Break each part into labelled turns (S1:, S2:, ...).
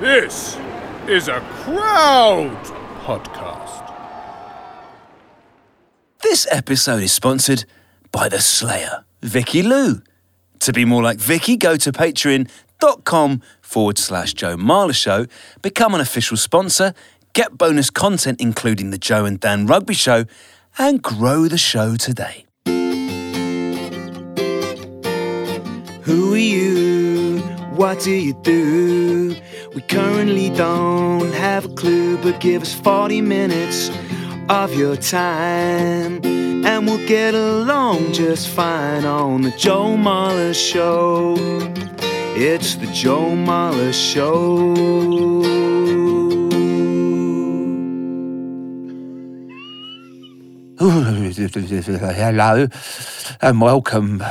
S1: This is a crowd podcast.
S2: This episode is sponsored by The Slayer, Vicky Lou. To be more like Vicky, go to patreon.com forward slash Joe Marler Show, become an official sponsor, get bonus content including the Joe and Dan Rugby Show, and grow the show today.
S3: Who are you? What do you do? We currently don't have a clue, but give us 40 minutes of your time and we'll get along just fine on The Joe Marler Show. It's The Joe Marler Show.
S4: Hello and welcome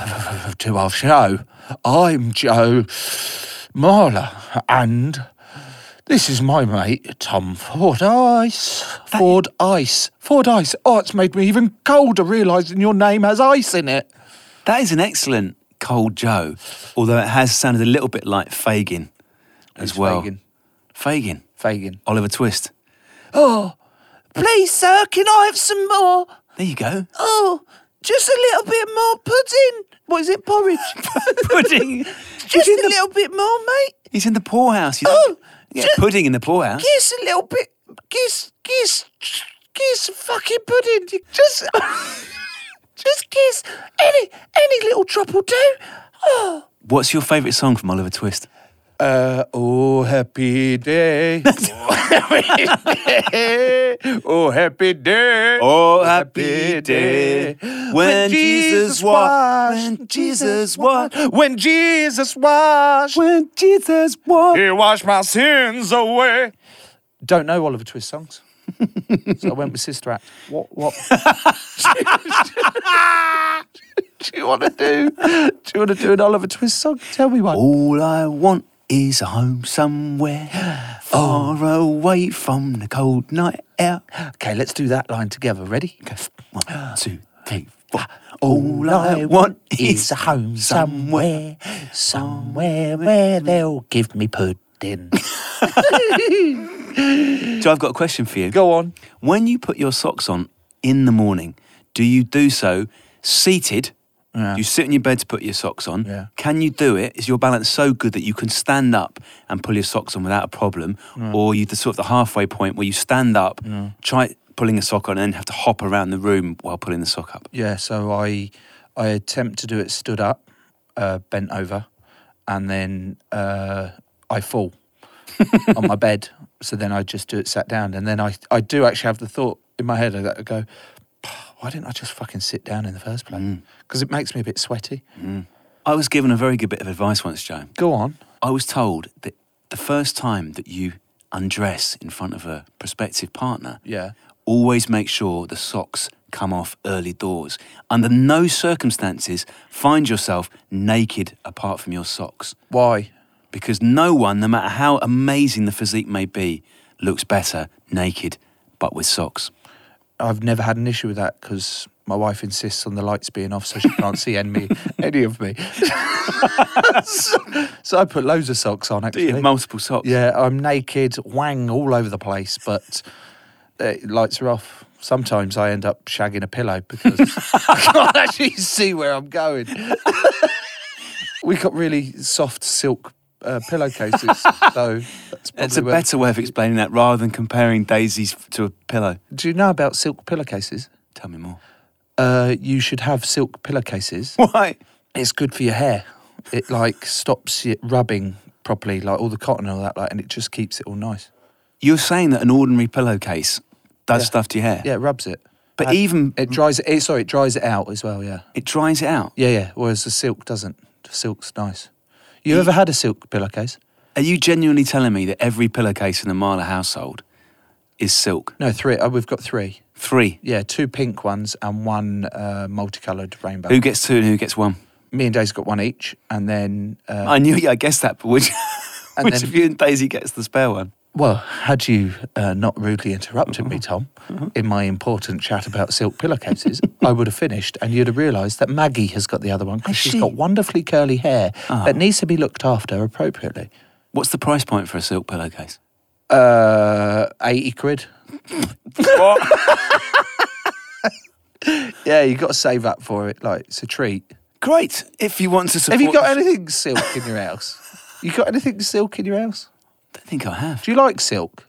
S4: to our show. I'm Joe Marler and this is my mate Tom Fordyce. Fordyce. Fordyce. Oh, it's made me even colder realising your name has ice in it.
S2: That is an excellent Cold Joe, although it has sounded a little bit like Fagin as
S4: Who's
S2: well.
S4: Fagin?
S2: Fagin.
S4: Fagin.
S2: Oliver Twist.
S4: Oh, please, sir, can I have some more?
S2: There you go.
S4: Oh, just a little bit more pudding. What is it, porridge?
S2: Pudding.
S4: just a little bit more, mate.
S2: He's in the poorhouse. He's
S4: Oh,
S2: yeah,
S4: ju-
S2: pudding in the poorhouse.
S4: Kiss a little bit. Kiss, kiss, kiss, fucking pudding. You Just, just kiss. Any, any little drop will do. Oh.
S2: What's your favourite song from Oliver Twist?
S4: Uh, oh, happy day. oh, happy day.
S2: Oh, happy day when Jesus washed. When Jesus washed.
S4: When Jesus washed.
S2: When Jesus washed.
S4: He washed my sins away. Don't know Oliver Twist songs. so I went with Sister Act. What? What? do you want to do? Do you want to do an Oliver Twist song? Tell me one.
S2: All I want is a home somewhere far away from the cold night out.
S4: Okay, let's do that line together. Ready?
S2: One, two, three, four.
S4: All I want is a home somewhere, somewhere where they'll give me pudding.
S2: So I've got a question for you.
S4: Go on.
S2: When you put your socks on in the morning, do you do so seated?
S4: Yeah.
S2: You sit in your bed to put your socks on.
S4: Yeah.
S2: Can you do it? Is your balance so good that you can stand up and pull your socks on without a problem, or you the sort of the halfway point where you stand up, try pulling a sock on, and then have to hop around the room while pulling the sock up?
S4: Yeah, so I I attempt to do it stood up, uh, bent over, and then uh, I fall on my bed. So then I just do it sat down, and then I I do actually have the thought in my head that I go, why didn't I just fucking sit down in the first place? Because it makes me a bit sweaty.
S2: I was given a very good bit of advice once, Joe.
S4: Go on.
S2: I was told that the first time that you undress in front of a prospective partner,
S4: Yeah.
S2: always make sure the socks come off early doors. Under no circumstances find yourself naked apart from your socks.
S4: Why?
S2: Because no one, no matter how amazing the physique may be, looks better naked but with socks.
S4: I've never had an issue with that because my wife insists on the lights being off so she can't see any, any of me. so, so I put loads of socks on actually.
S2: Multiple socks.
S4: Yeah, I'm naked, wang all over the place, but uh, lights are off. Sometimes I end up shagging a pillow because I can't actually see where I'm going. we got really soft silk uh, pillowcases, so that's
S2: It's a
S4: probably where-
S2: better way of explaining that rather than comparing daisies f- to a pillow.
S4: Do you know about silk pillowcases?
S2: Tell me more.
S4: Uh, you should have silk pillowcases.
S2: Why?
S4: It's good for your hair. It like stops it rubbing properly, like all the cotton and all that, like, and it just keeps it all nice.
S2: You're saying that an ordinary pillowcase does stuff to your hair.
S4: Yeah, it rubs it. Uh,
S2: But
S4: And
S2: even
S4: it dries it, it. Sorry, it dries it out as well. Yeah.
S2: it dries it out.
S4: Yeah, yeah. Whereas the silk doesn't. The silk's nice. You ever had a silk pillowcase?
S2: Are you genuinely telling me that every pillowcase in the Marler household is silk?
S4: No, three. Oh, we've got three.
S2: Three.
S4: Yeah, two pink ones and one uh, multicolored rainbow.
S2: Who gets two and who gets one?
S4: Me and Daisy got one each, and then uh,
S2: I knew I guessed that, but which,
S4: And
S2: which
S4: then-
S2: of you and Daisy gets the spare one?
S4: Well, had you uh, not rudely interrupted me,
S2: Mm-hmm.
S4: Tom, in my important chat about silk pillowcases, I would have finished and you'd have realised that Maggie has got the other one because
S2: Has
S4: she's
S2: she? Ah.
S4: got wonderfully curly hair that needs to be looked after appropriately.
S2: What's the price point for a silk pillowcase?
S4: Uh, 80 quid. yeah, you've got to save up for it. Like, it's a treat.
S2: Great. If you want to support.
S4: Have you got anything silk in your house? You got anything silk in your house?
S2: I don't think I have.
S4: Do you like silk?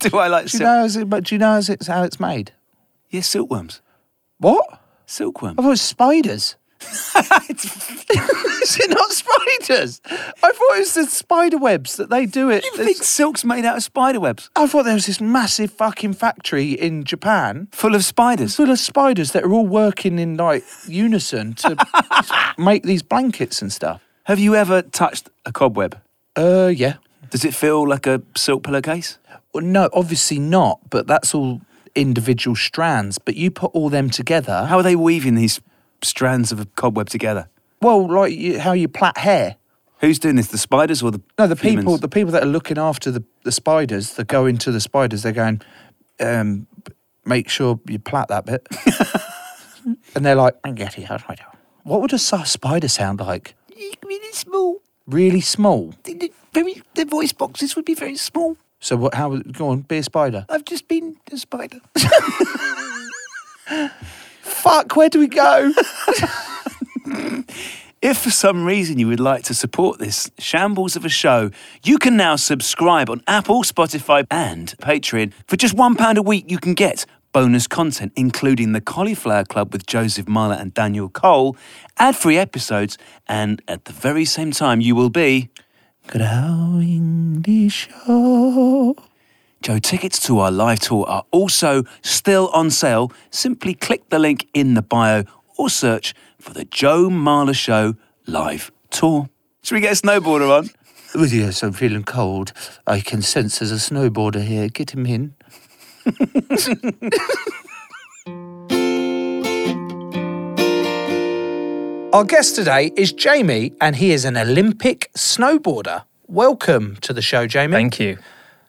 S2: Do I like
S4: Do you
S2: silk?
S4: know how's it, do you know how's it's, how it's made?
S2: Yeah, silkworms.
S4: What?
S2: Silkworm.
S4: I thought it was spiders. Is it not spiders? I thought it was the spider webs that they do it.
S2: You
S4: There's-
S2: think silk's made out of spider webs?
S4: I thought there was this massive fucking factory in Japan
S2: Full of spiders.
S4: full of spiders that are all working in like unison to make these blankets and stuff.
S2: Have you ever touched a cobweb?
S4: Uh, yeah.
S2: Does it feel like a silk pillowcase?
S4: Well, no, obviously not, but that's all individual strands. But you put all them together.
S2: How are they weaving these strands of a cobweb together?
S4: Well, like you, how you plait hair.
S2: Who's doing this? The spiders or the
S4: No, the
S2: humans?
S4: people, the people that are looking after the, the spiders, that go into the spiders, they're going, um, make sure you plait that bit. and they're like, "I'm getting it, I don't-" what would a su- spider sound like?
S2: really small.
S4: Really small.
S2: Very, their voice boxes would be very small.
S4: So what? How? would- Go on, be a spider.
S2: I've just been a spider.
S4: Fuck, where do we go?
S2: If for some reason you would like to support this shambles of a show, you can now subscribe on Apple, Spotify, and Patreon. For just £1 a week, you can get bonus content, including the Cauliflower Club with Joseph Marler and Daniel Cole, ad free episodes, and at the very same time, you will be
S4: Growing the
S2: Oh.
S4: show.
S2: Joe, tickets to our live tour are also still on sale. Simply click the link in the bio or search for the Joe Marler Show live tour. Should we get a snowboarder on?
S4: Oh, yes, I'm feeling cold. I can sense there's a snowboarder here. Get him in. Our guest today is Jamie, and he is an Olympic snowboarder. Welcome to the show, Jamie.
S5: Thank you.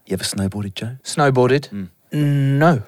S2: You ever snowboarded, Joe?
S4: Snowboarded? No.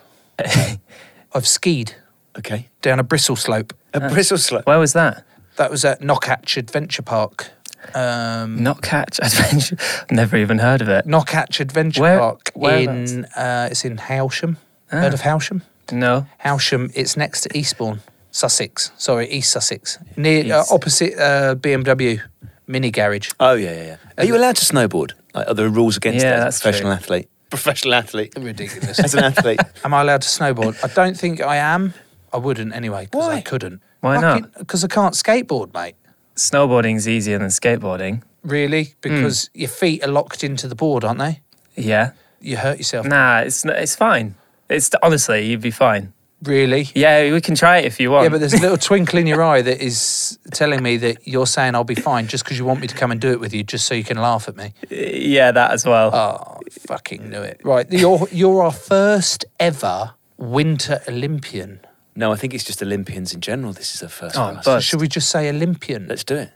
S4: I've skied
S2: Okay.
S4: down a bristle slope.
S2: A bristle slope.
S5: Where was that?
S4: That was at Knockatch Adventure Park. Um,
S5: Not Catch Adventure. I've never even heard of it.
S4: Knockatch Adventure
S5: Where- Ah.
S4: Park
S5: whereabouts?
S4: in uh, it's in Howsham. Heard of Howsham?
S5: No.
S4: Howsham. It's next to Eastbourne, Sussex. Sorry, East Sussex, near
S5: East.
S4: Uh, opposite uh, BMW mini garage.
S2: Oh yeah, yeah. yeah. Are you allowed to snowboard? Like, are there rules against
S5: Yeah,
S2: that as
S5: that's
S2: a professional
S5: true.
S2: athlete? Professional athlete.
S4: Ridiculous.
S2: As an athlete,
S4: Am I allowed to snowboard? I don't think I am. I wouldn't anyway because I couldn't.
S5: Why not?
S4: Because I can't skateboard, mate.
S5: Snowboarding's easier than skateboarding. Hmm.
S4: Really? Because your feet are locked into the board, aren't they?
S5: Yeah.
S4: You hurt yourself.
S5: Nah, it's n- it's fine. It's honestly, you'd be fine.
S4: Really?
S5: Yeah, we can try it if you want.
S4: Yeah, but there's a little twinkle in your eye that is telling me that you're saying I'll be fine just because you want me to come and do it with you, just so you can laugh at me.
S5: yeah, that as well.
S4: Oh, fucking knew it. Right, you're you're our first ever Winter Olympian.
S2: no, I think it's just Olympians in general. This is the first.
S5: Oh,
S2: for us.
S5: but-
S4: Should we just say Olympian?
S2: let's do it.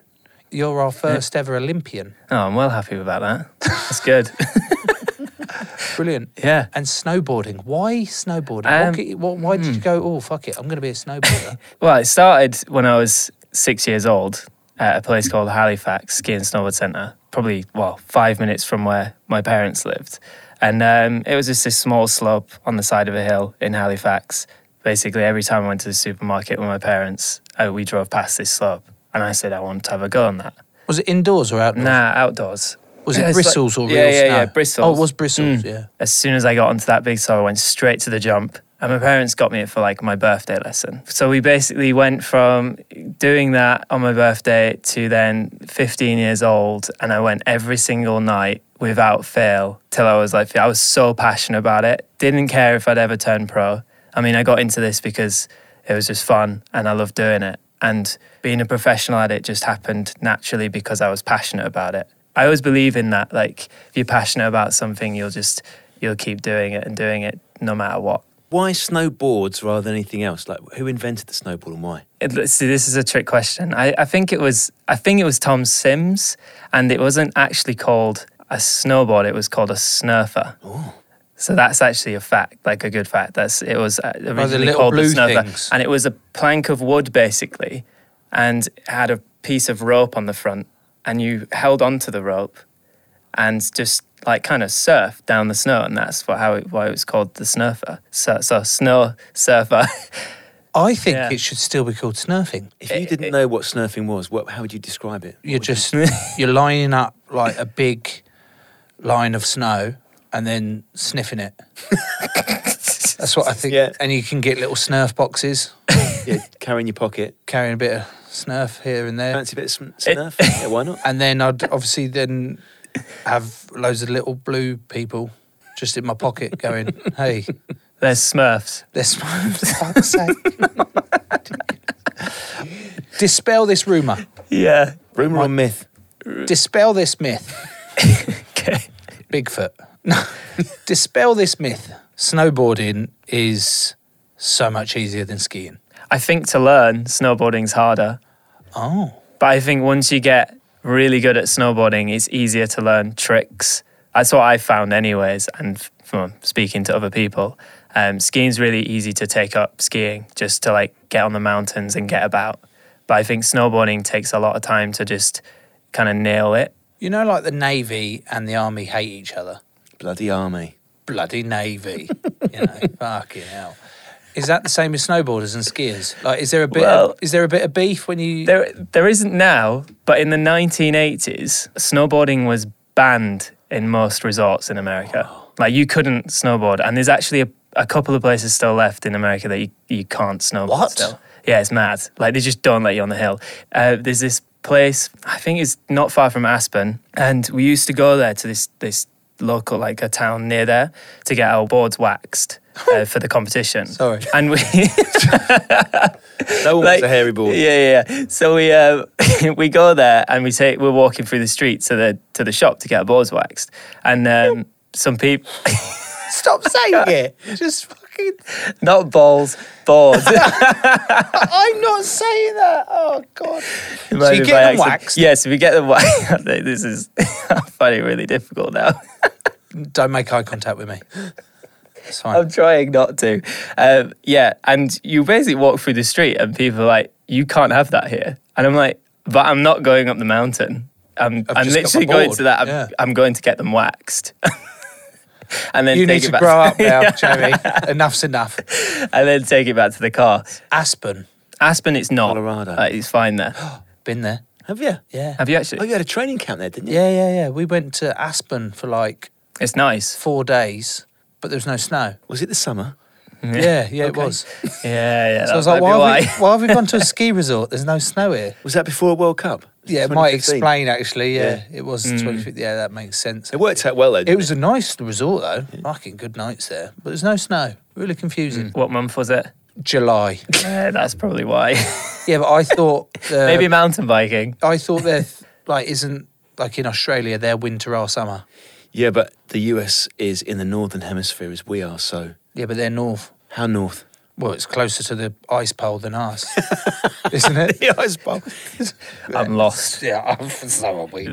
S4: You're our first ever Olympian.
S5: oh, I'm well happy about that. That's good.
S4: Brilliant.
S5: yeah.
S4: And snowboarding. Why snowboarding?
S5: Um, hmm.
S4: what, g- what- why did you go? Oh, fuck it. I'm going to be a snowboarder.
S5: Well, it started when I was six years old at a place called Halifax Ski and Snowboard Centre, probably, well, five minutes from where my parents lived. And um, it was just this small slope on the side of a hill in Halifax. Basically, every time I went to the supermarket with my parents, uh, we drove past this slope. And I said, I want to have a go on that.
S4: was it indoors or outdoors?
S5: Nah, outdoors.
S4: Was
S5: It's
S4: it
S5: like-
S4: bristles or real
S5: yeah, yeah,
S4: snow?
S5: yeah, bristles. Mm. Hmm.
S4: Oh, it was bristles. Yeah.
S5: As soon as I got onto that big slope, I went straight to the jump. And my parents got me it for like my birthday lesson. So we basically went from doing that on my birthday to then 15 years old. And I went every single night without fail till I was like, I was so passionate about it. Didn't care if I'd ever turn pro. I mean, I got into this because it was just fun and I loved doing it. And being a professional at it just happened naturally because I was passionate about it. I always believe in that. Like if you're passionate about something, you'll just you'll keep doing it and doing it no matter what.
S2: Why snowboards rather than anything else? Like, who invented the snowboard and why?
S5: It, see, this is a trick question. I, I think it was I think it was Tom Sims, and it wasn't actually called a snowboard. It was called a snurfer. So that's actually a fact, like a good fact. That's it was uh, originally
S4: little
S5: called the
S4: blue
S5: snurfer,
S4: things?
S5: and it was a plank of wood basically, and it had a piece of rope on the front, and you held onto the rope, and just like kind of surfed down the snow, and that's what, how it, why it was called the snurfer. So, so snow surfer.
S4: I think
S5: Yeah.
S4: it should still be called snurfing.
S2: If you didn't know what snurfing was, what, how would you describe it?
S4: You're just you're lining up like a big line of snow and then sniffing it. That's what I think.
S2: Yeah.
S4: And you can get little snurf boxes,
S2: Yeah, carry in your pocket.
S4: carrying a bit of snurf here and there.
S2: Fancy a bit of sn-
S4: Eh.
S2: snurf? yeah, why not?
S4: And then I'd obviously then have loads of little blue people just in my pocket going, hey,
S5: There's Smurfs.
S4: this for fuck's sake. Dispel this rumour.
S5: Yeah.
S2: Rumour or myth?
S4: Dispel this myth.
S5: Okay.
S4: Bigfoot. No. Dispel this myth. Snowboarding is so much easier than skiing.
S5: I think to learn snowboarding's harder,
S4: Oh.
S5: but I think once you get really good at snowboarding, it's easier to learn tricks. That's what I found, anyways, and f- from speaking to other people. Um, skiing's really easy to take up skiing just to like get on the mountains and get about. But I think snowboarding takes a lot of time to just kind of nail it.
S4: You know, like the Navy and the Army hate each other.
S2: Bloody army.
S4: Bloody Navy. you know, fucking hell. Is that the same with snowboarders and skiers? Like, is there a bit?
S5: Well-
S4: of, is there a bit of beef when you?
S5: There, there isn't now, but in the 1980s, snowboarding was banned in most resorts in America. Like you couldn't snowboard, and there's actually a, a couple of places still left in America that you, you can't snowboard.
S4: What?
S5: Still. Yeah, it's mad. Like they just don't let you on the hill. Uh, there's this place, I think it's not far from Aspen, and we used to go there to this this local like a town near there to get our boards waxed uh, for the competition.
S4: Sorry.
S5: and we.
S2: No one
S5: Like-
S2: wants a hairy board.
S5: Yeah, yeah. yeah. So we uh, we go there and we take we're walking through the street to the to the shop to get our boards waxed, and um, some people
S4: Stop saying it. Just fucking.
S5: not balls boards.
S4: I'm not saying that. Oh God.
S5: It might
S4: you
S5: be
S4: get
S5: by
S4: them
S5: accident.
S4: waxed?
S5: Yes, we get them waxed. this is I find it really difficult now.
S4: Don't make eye contact with me. It's fine.
S5: I'm trying not to. Um, yeah, and you basically walk through the street and people are like, "You can't have that here," and I'm like, "But I'm not going up the mountain. I'm,
S4: I've
S5: I'm
S4: just got my
S5: literally going
S4: board."
S5: to that. I'm,
S4: Yeah.
S5: I'm going to get them waxed." And then
S4: you
S5: take
S4: need
S5: it
S4: to
S5: back.
S4: grow up now, Jerry. Enough's enough.
S5: and then take it back to the car.
S4: Aspen,
S5: Aspen, it's not.
S2: Colorado.
S5: Uh, it's fine there.
S4: been there.
S2: Have you?
S4: Yeah.
S5: Have you actually?
S2: Oh, you had a training camp there, didn't you?
S4: Yeah, yeah, yeah. We went to Aspen for like
S5: It's nice.
S4: four days, but there was no snow.
S2: Was it the summer?
S4: Yeah, yeah, it was.
S5: Yeah, yeah.
S4: So I was like, why have, we, why have we gone to a ski resort? There's no snow here.
S2: Was that before a World Cup?
S4: Yeah, it might
S2: 2015?
S4: explain actually. Yeah, it was 25th. Yeah, that makes sense.
S2: It worked out well, though.
S4: It
S2: didn't It
S4: was a nice resort though. Fucking good nights there, but there's no snow. Really confusing.
S5: What month was it?
S4: Mm. July.
S5: Yeah, that's probably why.
S4: Yeah, but I thought uh,
S5: Maybe mountain biking.
S4: I thought there like isn't like in Australia their winter or summer.
S2: yeah, but the US is in the northern hemisphere as we are, so
S4: Yeah, but they're north.
S2: how north?
S4: Well, it's closer to the ice pole than us, isn't it?
S2: The ice bowl.
S5: I'm lost.
S4: yeah, I'm so are we.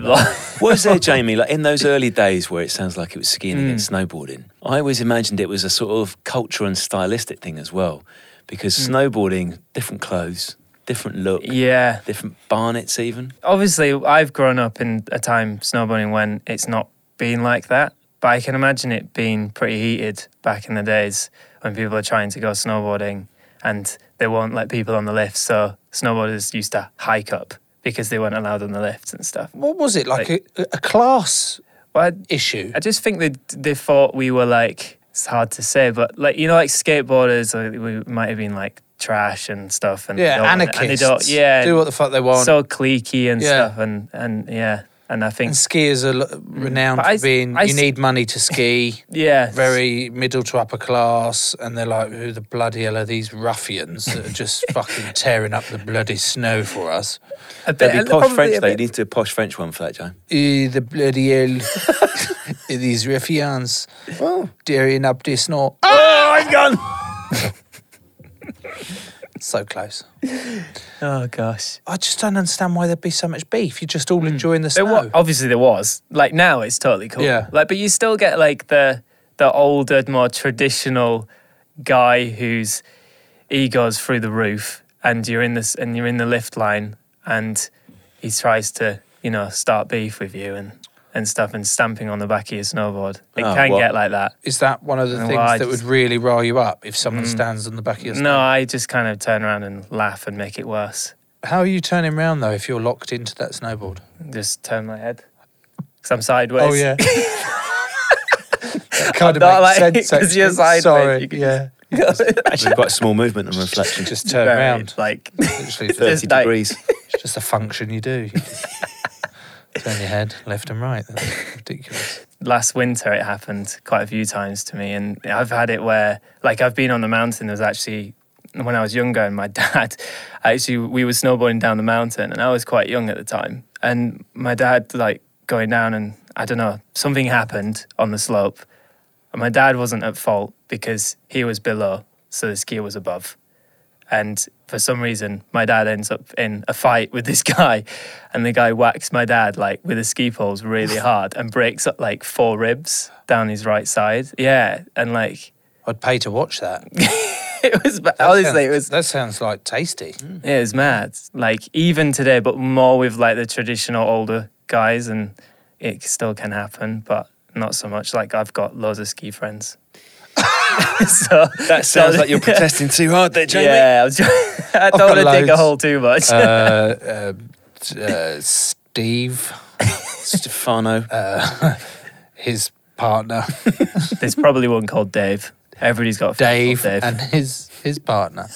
S2: Was there, Jamie, like in those early days where it sounds like it was skiing
S4: Hmm.
S2: against snowboarding? I always imagined it was a sort of cultural and stylistic thing as well, because
S4: Hmm.
S2: snowboarding, different clothes, different look,
S5: yeah.
S2: different barnets, even.
S5: Obviously, I've grown up in a time snowboarding when it's not been like that, but I can imagine it being pretty heated back in the days when people are trying to go snowboarding and they won't let people on the lift. So snowboarders used to hike up because they weren't allowed on the lifts and stuff.
S4: What was it like? a, a class
S5: But
S4: issue?
S5: I just think that they thought we were like it's hard to say, but like you know, like skateboarders, like, we might have been like trash and stuff, and they
S4: Yeah,
S5: don't wanna- and
S4: anarchists.
S5: they don't, yeah,
S4: do what the fuck they want.
S5: so cliquey and
S4: Yeah.
S5: stuff, and and yeah, And I think,
S4: And skiers are l- renowned
S5: But I
S4: for
S5: s-
S4: being
S5: I
S4: you
S5: s-
S4: need money to ski,
S5: yeah,
S4: very middle to upper class, and they're like, who the bloody hell are these ruffians that are just fucking tearing up the bloody snow for us?
S5: a bit,
S2: That'd be
S5: probably
S2: posh
S5: a
S2: French, though. You
S5: bit-
S2: need to do a posh French one for that, Joe.
S4: Eh, the bloody hell, these ruffians
S5: Oh.
S4: tearing up the snow.
S2: Oh, I've gone.
S4: So close.
S5: Oh gosh.
S4: I just don't understand why there'd be so much beef. You're just all enjoying the
S5: Hmm. There
S4: snow.
S5: wa- obviously there was. Like now it's totally cool.
S4: Yeah.
S5: Like but you still get like the the older, more traditional guy whose ego's through the roof and you're in this and you're in the lift line and he tries to, you know, start beef with you and and stuff and stamping on the back of your snowboard. It
S2: Oh,
S5: can
S2: well.
S5: get like that.
S4: Is that one of the
S5: Oh,
S4: things
S5: I
S4: that
S5: just-
S4: would really rile you up if someone stands on the back of your
S5: Hmm. No,
S4: snow?
S5: I just kind of turn around and laugh and make it worse.
S4: How are you turning round though if you're locked into that snowboard? Oh,
S5: Just turn my head. Because I'm sideways.
S4: That kind of
S5: Not
S4: makes
S5: like-
S4: sense.
S5: 'cause you're
S4: actually.
S5: sideways,
S4: Sorry.
S5: you can
S4: yeah.
S2: Actually, quite a small movement on reflection. Just
S4: Just turn
S5: Very,
S4: round.
S5: Like
S4: Literally, it's
S2: 30
S5: Just like-
S2: degrees.
S4: just a function you do. You turn your head left and right. That's ridiculous.
S5: last winter it happened quite a few times to me and i've had it where like i've been on the mountain there was actually when i was younger and my dad actually we were snowboarding down the mountain and i was quite young at the time and my dad like going down and i don't know something happened on the slope and my dad wasn't at fault because he was below so the skier was above and for some reason my dad ends up in a fight with this guy and the guy whacks my dad like with the ski poles really hard and breaks up like four ribs down his right side yeah and like
S4: I'd pay to watch that.
S5: it was ba-
S4: That
S5: honestly it
S4: sounds-
S5: was
S4: That sounds like tasty.
S2: Mm.
S5: it was mad like even today but more with like the traditional older guys and it still can happen but not so much like i've got loads of ski friends so
S2: That sounds like you're protesting too hard there, Jamie.
S5: yeah, I'm trying, I don't
S4: got
S5: want to dig a
S4: loads.
S5: hole too much.
S4: uh, uh, uh, Steve,
S2: Stefano.
S4: his partner,
S5: There's probably one called Dave. Everybody's got a friend
S4: Dave,
S5: called Dave.
S4: and his his partner.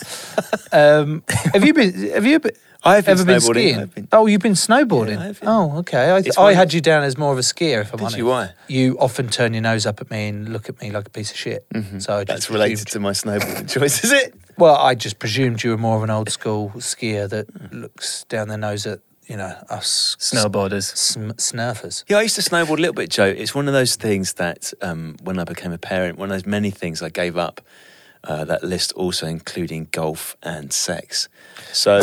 S4: Um, have you been? Have you been?
S2: I've been
S4: ever been
S2: snowboarding.
S4: skiing?
S2: I've been-
S4: Oh, you've been snowboarding.
S2: Yeah, I've been.
S4: Oh, okay. I,
S2: It's
S4: I
S2: one-
S4: had you down as more of a skier. If I'm
S2: Did
S4: honest,
S2: you? Why?
S4: You often turn your nose up at me and look at me like a piece of shit. So I just
S2: Mm-hmm. That's related
S4: presumed-
S2: to my snowboarding choice, is it?
S4: well, I just presumed you were more of an old school skier that looks down their nose at you know us
S5: Snowboarders.
S4: sm- snurfers.
S2: Yeah, I used to snowboard a little bit, Joe. It's one of those things that um, when I became a parent, one of those many things I gave up. Uh, that list also including golf and sex. So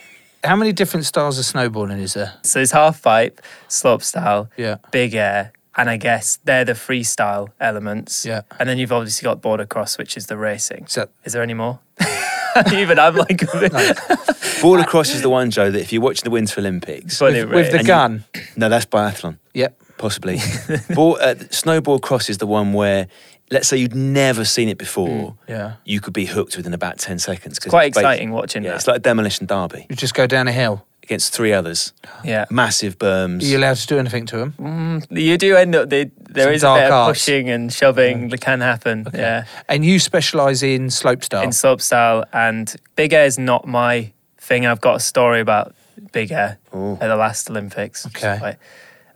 S4: How many different styles of snowboarding is there?
S5: So it's half pipe, slope style,
S4: Yeah.
S5: big air, and I guess they're the freestyle elements.
S4: Yeah.
S5: And then you've obviously got border cross, which is the racing.
S4: Is that
S5: is there any more? Even I'm like,
S2: border cross is the one, Joe, that if you're watching the Winter Olympics,
S5: Funny,
S4: with, with
S5: right?
S4: the
S2: And you-
S4: gun?
S2: no, that's biathlon.
S4: Yep.
S2: Possibly. Board, uh, snowboard cross is the one where, let's say you'd never seen it before,
S6: Hmm.
S4: Yeah.
S2: you could be hooked within about 10 seconds. 'cause
S5: quite
S2: basi-
S5: exciting watching
S2: Yeah,
S5: that.
S2: it's like a demolition derby
S4: You just go down a hill.
S2: against three others.
S5: yeah. Mm,
S2: Massive berms.
S4: Are you allowed to do anything to him?
S5: You do end up, they,
S4: Some
S5: there is a bit
S4: dark
S5: of
S4: arts.
S5: pushing and shoving that can happen. Yeah.
S4: And you specialise in slope style.
S5: in slope style and big air is not my thing i've got a story about big air at the last olympics
S4: Okay.
S5: Like,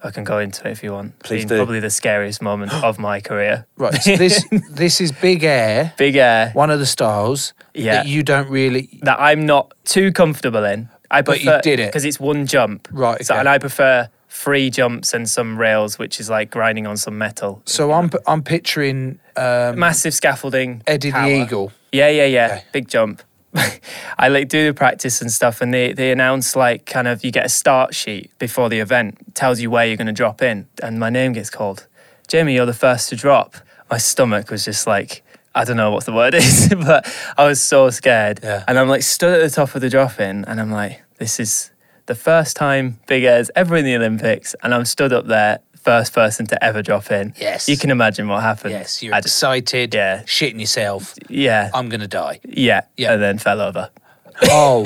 S5: i can go into it if you want
S2: Please
S5: Been
S2: do.
S5: probably the scariest moment of my career
S4: right. So this this is big air,
S5: big air
S4: one of the styles
S5: Yeah.
S4: that you don't really.
S5: that i'm not too comfortable in i
S4: But you
S5: prefer
S4: did it.
S5: because it's one jump
S4: Right,
S5: so,
S4: okay.
S5: and i prefer free jumps and some rails which is like grinding on some metal
S4: So I'm I'm picturing um,
S5: massive scaffolding
S4: Eddie
S5: power.
S4: the Eagle.
S5: Yeah, yeah, yeah.
S4: Okay.
S5: Big jump. I like do the practice and stuff, and they they announce like kind of you get a start sheet before the event, tells you where you're going to drop in, and my name gets called. Jamie, you're the first to drop. My stomach was just like I don't know what the word is, but I was so scared,
S4: Yeah.
S5: and I'm like stood at the top of the drop in, and I'm like, this is the first time Big Air's ever in the Olympics, and I'm stood up there, first person to ever drop in.
S4: Yes.
S5: you can imagine what happened.
S4: Yes, you're
S5: I just-
S4: excited.
S5: Yeah.
S4: shitting yourself.
S5: yeah,
S4: I'm gonna die.
S5: yeah,
S4: Yeah.
S5: and then fell over.
S4: Oh,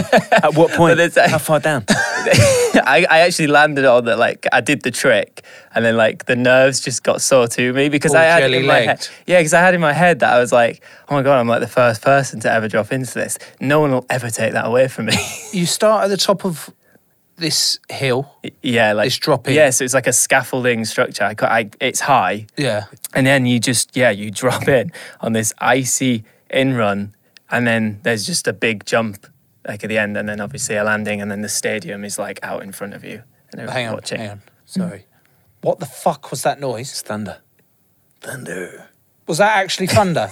S2: At what point?
S5: there's a-
S2: How far down?
S5: I, I actually landed on that like I did the trick and then like the nerves just got sore to me because
S4: All
S5: I had it in my
S4: jelly-legged.
S5: head. Yeah, because I had in my head that I was like, oh my god, I'm like the first person to ever drop into this. No one will ever take that away from me.
S4: you start at the top of this hill.
S5: Yeah, like
S4: This drop in.
S5: Yeah, so it's like a scaffolding structure. I, cou- I, it's high,
S4: Yeah.
S5: and then you just yeah you drop in on this icy in run, and then there's just a big jump like at the end, and then obviously a landing, and then the stadium is like out in front of you, and they're
S4: Hang on.
S5: watching.
S4: Hang on. Sorry. What the fuck was that noise?
S2: It's thunder.
S4: Was that actually thunder?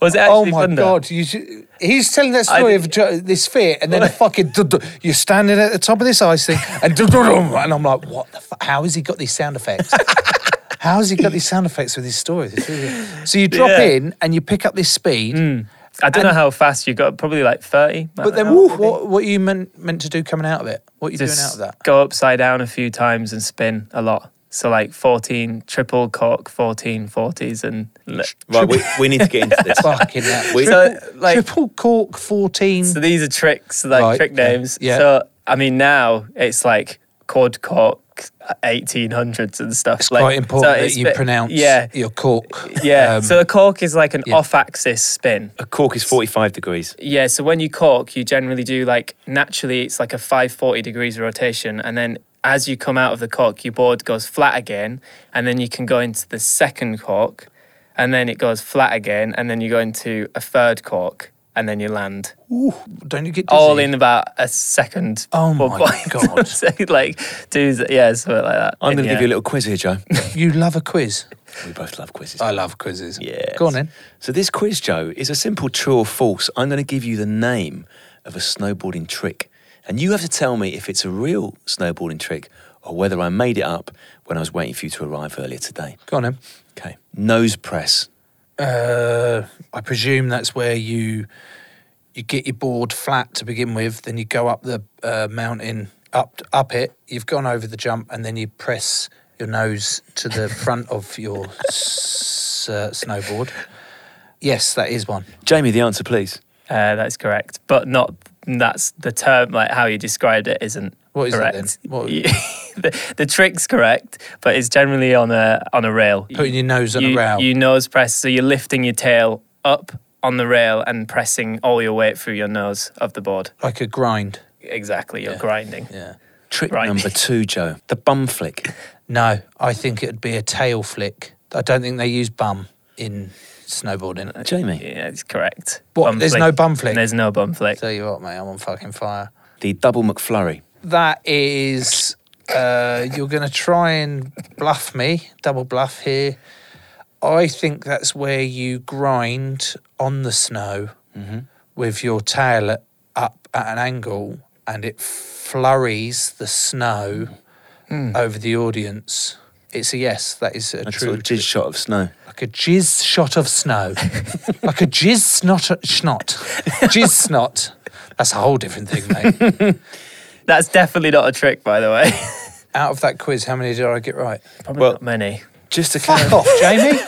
S5: Was it actually
S4: oh my
S5: thunder?
S4: god! You, ju- he's telling that
S5: I
S4: story
S5: did-
S4: of jo- this fear, and then a fucking du- du- you're standing at the top of this ice thing, and du- du- dum, and I'm like, what the? Fu- how has he got these sound effects? how has he got these sound effects with his story? This is- So you drop
S5: Yeah.
S4: in and you pick up this speed,
S5: I don't know
S4: And-
S5: how fast you got. Probably like thirty. I
S4: but
S5: don't
S4: then
S5: know.
S4: what, what? What are you meant meant to do coming out of it? What are you doing out of that?
S5: go upside down a few times and spin a lot. So like 14, triple cork, 14, 40s and...
S6: Right, we, we need to get into this.
S4: Fucking hell.
S6: We-
S5: So, like-
S4: triple cork fourteen.
S5: So these are tricks, like
S4: Right,
S5: trick
S4: yeah,
S5: names.
S4: yeah.
S5: So, I mean, now it's like quad cork, 1800s and stuff.
S4: it's
S5: like,
S4: quite important
S5: so
S4: that
S5: it's
S4: you
S5: bit-
S4: pronounce
S5: Yeah,
S4: your cork.
S5: yeah.
S4: um,
S5: so the cork is like an
S4: yeah.
S5: off-axis spin.
S6: A cork is 45 degrees.
S5: Yeah, so when you cork, you generally do like naturally it's like a 540 degrees rotation and then as you come out of the cork, your board goes flat again and then you can go into the second cork and then it goes flat again and then you go into a third cork and then you land
S4: don't you get dizzy?
S5: all in about a second.
S4: Oh
S5: or
S4: my
S5: point.
S4: God.
S5: so like do th- yeah, something like that.
S6: I'm going
S5: And
S6: to
S5: yeah.
S6: give you a little quiz here, Joe.
S4: You love a quiz.
S6: we both love quizzes.
S4: I love quizzes.
S6: Yes.
S4: Go on in.
S6: So this quiz, Joe, is a simple true or false. I'm going to give you the name of a snowboarding trick, and you have to tell me if it's a real snowboarding trick or whether I made it up when I was waiting for you to arrive earlier today.
S4: Go on in.
S6: Okay. Nose press.
S4: Uh, I presume that's where you you get your board flat to begin with, then you go up the uh, mountain, up up it. You've gone over the jump, and then you press your nose to the front of your s- uh, snowboard. Yes, that is one.
S6: Jamie, the answer, please.
S5: Uh, that's correct. But not that's the term like how you described it isn't
S4: What is it
S5: correct.
S4: then? What-
S5: the, the trick's correct, but it's generally on a on a rail.
S4: Putting your nose on
S5: you,
S4: a rail.
S5: You nose press, so you're lifting your tail up on the rail and pressing all your weight through your nose of the board.
S4: like a grind.
S5: Exactly, you're grinding.
S4: Yeah.
S6: Trick
S5: Right.
S6: number two, Joe. The bum flick.
S4: No, I think it'd be a tail flick. I don't think they use bum in snowboarding.
S6: Jamie.
S5: Yeah, it's correct.
S4: What, there's no bum flick?
S5: There's no bum flick.
S4: Tell you what, mate, I'm on fucking fire.
S6: The double McFlurry.
S4: That is, uh, you're going to try and bluff me, double bluff here. I think that's where you grind on the snow with your tail at, up at an angle and it flurries the snow over the audience. It's a yes. That is a
S6: A
S4: true
S6: sort of jizz shot of snow.
S4: like a jizz shot of snow, like a jizz snot snot, jizz snot. That's a whole different thing, mate.
S5: That's definitely not a trick, by the way.
S4: Out of that quiz, how many did I get right?
S5: Probably
S6: Well-
S5: not many.
S6: Just to
S4: Fuck
S6: clarify.
S4: off, Jamie.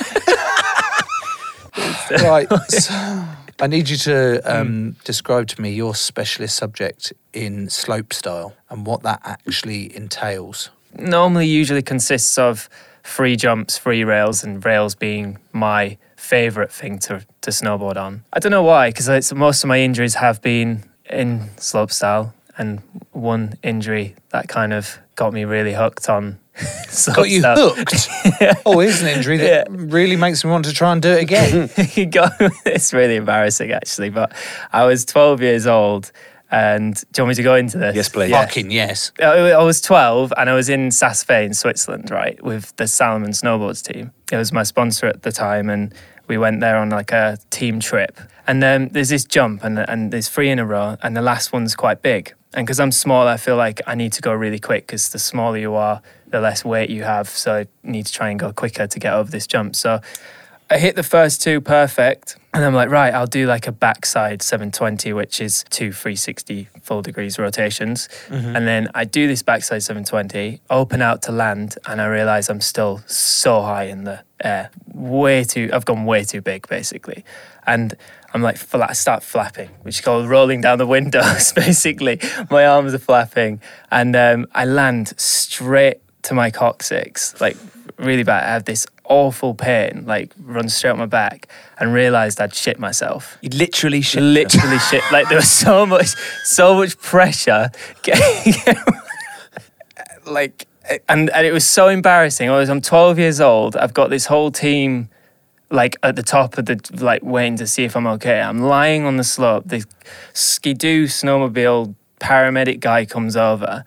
S4: right. So I need you to um, describe to me your specialist subject in slope style and what that actually entails.
S5: normally usually consists of free jumps, free rails, and rails being my favorite thing to, to snowboard on. I don't know why, because most of my injuries have been in slopestyle, and one injury that kind of got me really hooked on slopestyle.
S4: Got you hooked. oh, here's an injury that really makes me want to try and do it again.
S5: he got it's really embarrassing actually, but I was 12 years old, and do you want me to go into this?
S6: Yes, please.
S4: Fucking yes.
S5: I uh, I was 12 and I was in Saas-Fee in Switzerland, right, with the Salomon Snowboards team. It was my sponsor at the time, and we went there on like a team trip. And um, there's this jump, and, and there's three in a row, and the last one's quite big. And because I'm small, I feel like I need to go really quick because the smaller you are, the less weight you have. So I need to try and go quicker to get over this jump. So I hit the first two perfect. And I'm like, right, I'll do like a backside 720, which is two 360 full degrees rotations. And then I do this backside 720, open out to land, and I realize I'm still so high in the air. Way too, I've gone way too big, basically. And I'm like, flat, start flapping, which is called rolling down the windows, basically. My arms are flapping. And um, I land straight to my coccyx, like really bad. I had this awful pain, like run straight up my back, and realised I'd shit myself.
S6: You literally shit.
S5: Literally shit. Like there was so much, so much pressure. getting- like, and and it was so embarrassing. I was I'm 12 years old. I've got this whole team. Like at the top of the like, waiting to see if I'm okay. I'm lying on the slope. The skidoo snowmobile paramedic guy comes over,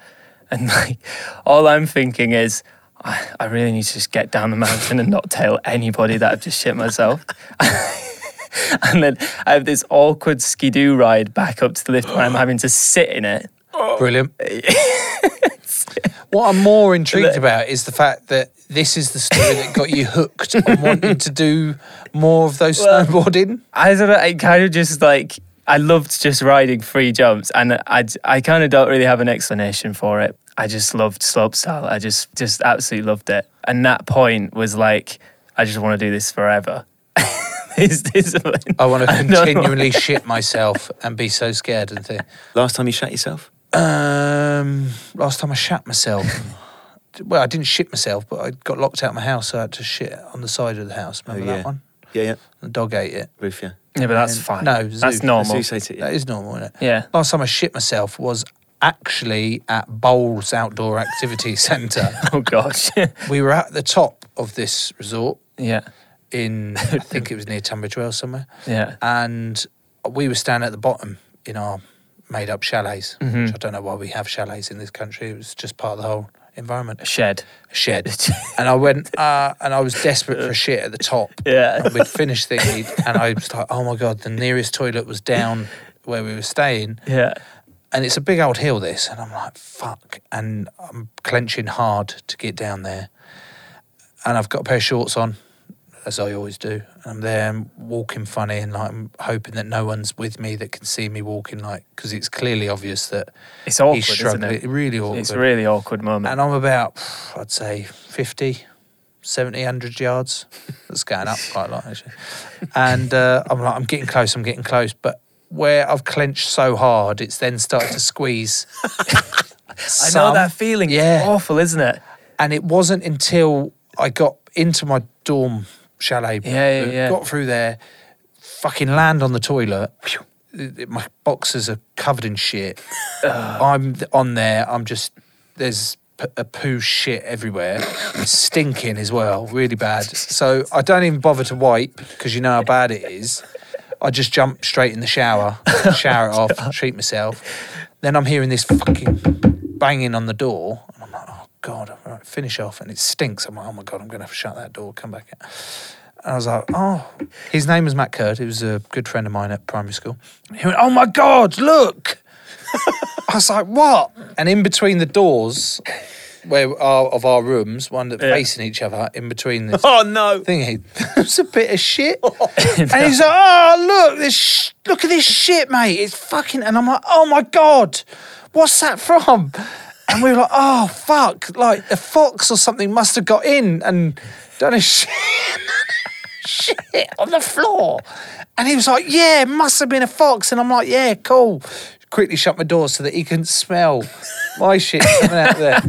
S5: and like, all I'm thinking is, I, I really need to just get down the mountain and not tell anybody that I've just shit myself. and then I have this awkward skidoo ride back up to the lift where I'm having to sit in it.
S4: Brilliant. what I'm more intrigued about is the fact that this is the story that got you hooked on wanting to do more of those snowboarding.
S5: I don't know. I kind of just like I loved just riding free jumps, and I I kind of don't really have an explanation for it. I just loved slopestyle. I just just absolutely loved it. And that point was like, I just want to do this forever. This- this-
S4: I want to
S5: don't know.
S4: continually shit myself and be so scared and think.
S6: Last time you shat yourself?
S4: Um, last time I shat myself. well, I didn't shit myself, but I got locked out of my house. So I had to shit on the side of the house. Remember
S6: yeah.
S4: that one?
S6: Yeah, yeah.
S4: The dog ate it.
S6: Roof, yeah.
S5: Yeah, but that's fine.
S4: No, zoo.
S5: that's
S6: That's what
S5: normal.
S6: you say to
S4: That is normal, isn't it?
S5: Yeah.
S4: Last time I shit myself was actually at Bowles Outdoor Activity Centre.
S5: Oh gosh.
S4: we were at the top of this resort
S5: yeah.
S4: in, I think it was near Tunbridge Wells somewhere.
S5: Yeah.
S4: And we were standing at the bottom in our made up chalets, which I don't know why we have chalets in this country. It was just part of the whole environment.
S5: Shed.
S4: shed. and I went, uh, and I was desperate for shit at the top.
S5: Yeah.
S4: And we'd finished thinking, and I was like, oh my God, the nearest toilet was down where we were staying.
S5: Yeah.
S4: And it's a big old hill, this. And I'm like, fuck. And I'm clenching hard to get down there. And I've got a pair of shorts on, as I always do. And I'm there, and walking funny, and like, I'm hoping that no one's with me that can see me walking, like, because it's clearly obvious that
S5: It's awkward,
S4: he's
S5: isn't
S4: struggling.
S5: it?
S4: Really awkward.
S5: It's a really awkward moment.
S4: And I'm about, I'd say, 50, 70, 100 yards. That's going up quite a lot, actually. And uh, I'm like, I'm getting close, I'm getting close. But where I've clenched so hard, it's then started to squeeze.
S5: I know that feeling.
S4: Yeah.
S5: It's awful, isn't it?
S4: And it wasn't until I got into my dorm chalet, uh,
S5: Yeah, yeah, yeah.
S4: got through there, fucking land on the toilet. My boxers are covered in shit. I'm on there. I'm just there's p- a poo shit everywhere, stinking as well, really bad. So I don't even bother to wipe because you know how bad it is. I just jump straight in the shower, shower it off, treat myself. Then I'm hearing this fucking banging on the door, and I'm like, oh god, all right, finish off, and it stinks. I'm like, oh my god, I'm gonna have to shut that door, come back. out. And I was like, oh, his name was Matt Curd. He was a good friend of mine at primary school. He went, oh my God, look. I was like, what? And in between the doors where our, of our rooms, one that facing each other, in between this
S6: Oh, no.
S4: thingy, there's a bit of shit. and he's like, oh, look, this sh- look at this shit, mate. It's fucking. And I'm like, oh my God, what's that from? And we were like, oh, fuck. Like a fox or something must have got in and done a shit shit on the floor. And he was like, Yeah, it must have been a fox. And I'm like, Yeah, cool. Quickly shut my door so that he couldn't smell my shit coming out there.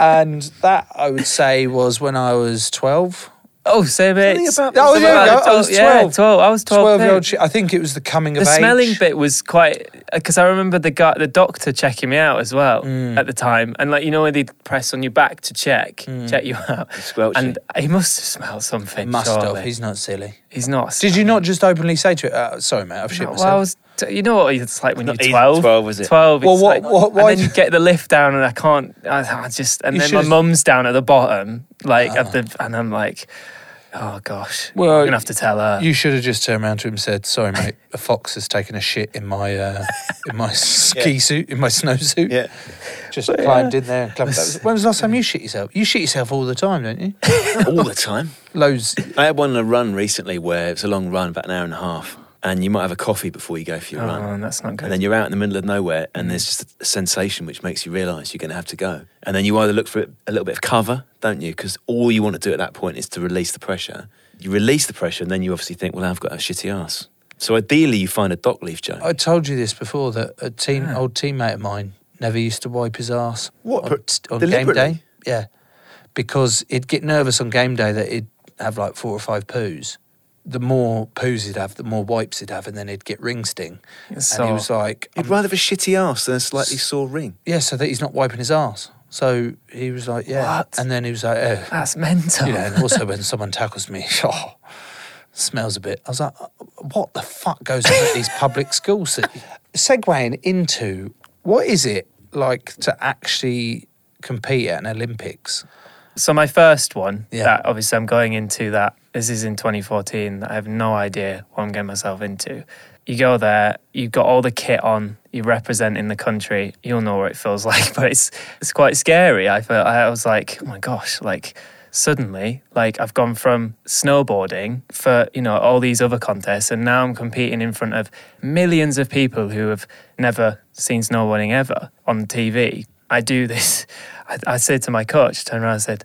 S4: And that I would say was when I was 12.
S5: Oh, same age.
S4: about- Oh, there you go. I was
S5: Yeah,
S4: 12.
S5: 12. I was 12.
S4: 12 year
S5: too.
S4: old shit. I think it was the coming
S5: the
S4: of age.
S5: smelling bit was quite because I remember the guy, the doctor checking me out as well at the time, and like you know when they press on your back to check, check you out,
S6: squelchy.
S5: and he must have smelled something.
S4: Must
S5: surely.
S4: have. He's not silly.
S5: He's not.
S4: Did you not just openly say to it, uh, Sorry, mate, I've shit
S5: Well, I
S4: myself?
S5: was. t- You know what it's like when
S6: not
S5: you're
S6: easy.
S5: 12.
S6: 12, is it?
S5: 12.
S4: Well,
S5: it's
S4: what-
S5: like-
S4: what-
S5: and
S4: why
S5: then you
S4: d-
S5: get the lift down, and I can't. I, I just. And
S4: You
S5: then my
S4: should've- Ah.
S5: mum's down at the bottom, like at the, and I'm like, oh gosh.
S4: Well,
S5: I'm gonna have to tell her.
S4: You should have just turned around to him and said, "Sorry, mate, a fox has taken a shit in my uh, in my ski suit, in my snowsuit."
S6: Yeah.
S4: just climbed in there and climbed. Back. When was the last time you shit yourself? You shit yourself all the time, don't you?
S6: All the time.
S4: Loads.
S6: I had one on a run recently where it was a long run, about an hour and a half, and you might have a coffee before you go for your run.
S5: Oh, that's not
S6: And
S5: good.
S6: then you're out in the middle of nowhere, and there's just a sensation which makes you realise you're going to have to go. And then you either look for a little bit of cover, don't you? Because all you want to do at that point is to release the pressure. You release the pressure, and then you obviously think, well, I've got a shitty ass. So ideally, you find a dock leaf, Joe.
S4: I told you this before that a team old teammate of mine never used to wipe his ass.
S6: What,
S4: on,
S6: per-
S4: t- on game
S6: deliberately?
S4: day? Yeah, because he'd get nervous on game day that he'd have like four or five poos. The more poos he'd have, the more wipes he'd have, and then he'd get ring sting. and
S5: So-
S4: he was like, "Um,
S6: You'd rather have a shitty ass than a slightly sore ring.
S4: yeah, so that he's not wiping his ass. So he was like, yeah.
S5: What?
S4: And then he was like, oh,
S5: That's mental.
S4: you know, and also when someone tackles me, oh, smells a bit. I was like, "Uh, what the fuck goes on at these public schools? That, segueing into what is it like to actually compete at an Olympics?
S5: So my first one,
S4: Yeah.
S5: that obviously I'm going into that. This is in 2014. I have no idea what I'm getting myself into. You go there, you've got all the kit on, you're representing the country. You'll know what it feels like, but it's it's quite scary. I felt I was like, oh my gosh, like suddenly, like I've gone from snowboarding for you know all these other contests, and now I'm competing in front of millions of people who have never seen snowboarding ever on TV. I do this. I, I said to my coach, turned around and said,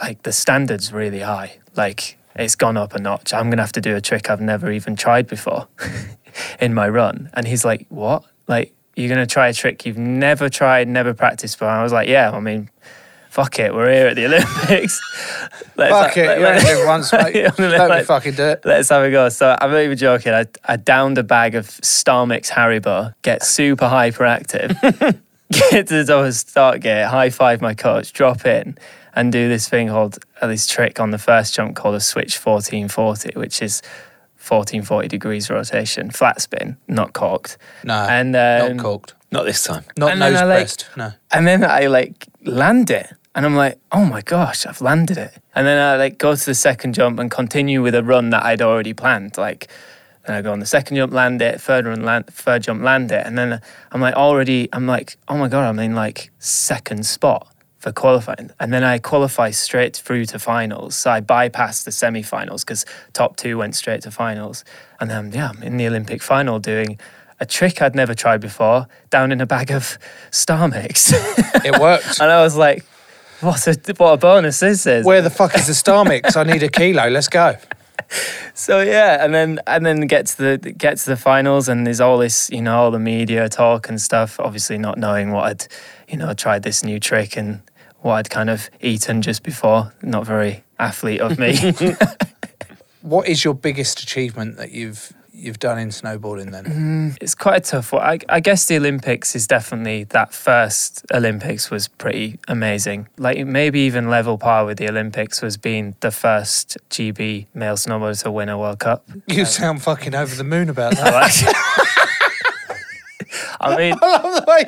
S5: like the standard's really high. Like it's gone up a notch. I'm gonna have to do a trick I've never even tried before in my run. And he's like, What? Like, you're gonna try a trick you've never tried, never practiced before. I was like, Yeah, I mean, fuck it, we're here at the Olympics. Let's
S4: Fuck
S5: have-
S4: it, you ain't done once, mate.
S5: Yeah,
S4: Don't
S5: like-
S4: be fucking do it.
S5: Let's have a go. So I'm not even joking. I, I downed a bag of Starmix Haribo, get super hyperactive, get to the top of the start gate, high five my coach, drop in, and do this thing called uh, this trick on the first jump called a switch 1440, which is 1440 degrees rotation, flat spin, not corked.
S4: No,
S5: and um,
S4: Uh, not corked,
S6: Not this time.
S4: not
S5: and then
S4: nose
S5: I, like-
S4: pressed. No,
S5: and then I like land it. And I'm like, oh my gosh, I've landed it. And then I like go to the second jump and continue with a run that I'd already planned. Like, then I go on the second jump, land it, third run, land, third jump, land it. And then I'm like, already, I'm like, oh my God, I'm in like second spot for qualifying. And then I qualify straight through to finals. So I bypassed the semi finals because top two went straight to finals. And then, yeah, I'm in the Olympic final doing a trick I'd never tried before down in a bag of Star Mix.
S4: it worked.
S5: and I was like, what a, what a bonus this is.
S4: Where the fuck is the star mix? I need a kilo. Let's go.
S5: so yeah, and then and then get to the get to the finals, and there's all this, you know, all the media talk and stuff. Obviously, not knowing what I'd, you know, tried this new trick and what I'd kind of eaten just before. Not very athlete of me.
S4: What is your biggest achievement that you've you've done in snowboarding?
S5: Mm-hmm.
S4: Then
S5: it's quite a tough one. I, I guess the Olympics is definitely that first Olympics was pretty amazing. Like maybe even level par with the Olympics was being the first GB male snowboarder to win a World Cup.
S4: you sound fucking over the moon about that.
S5: I mean,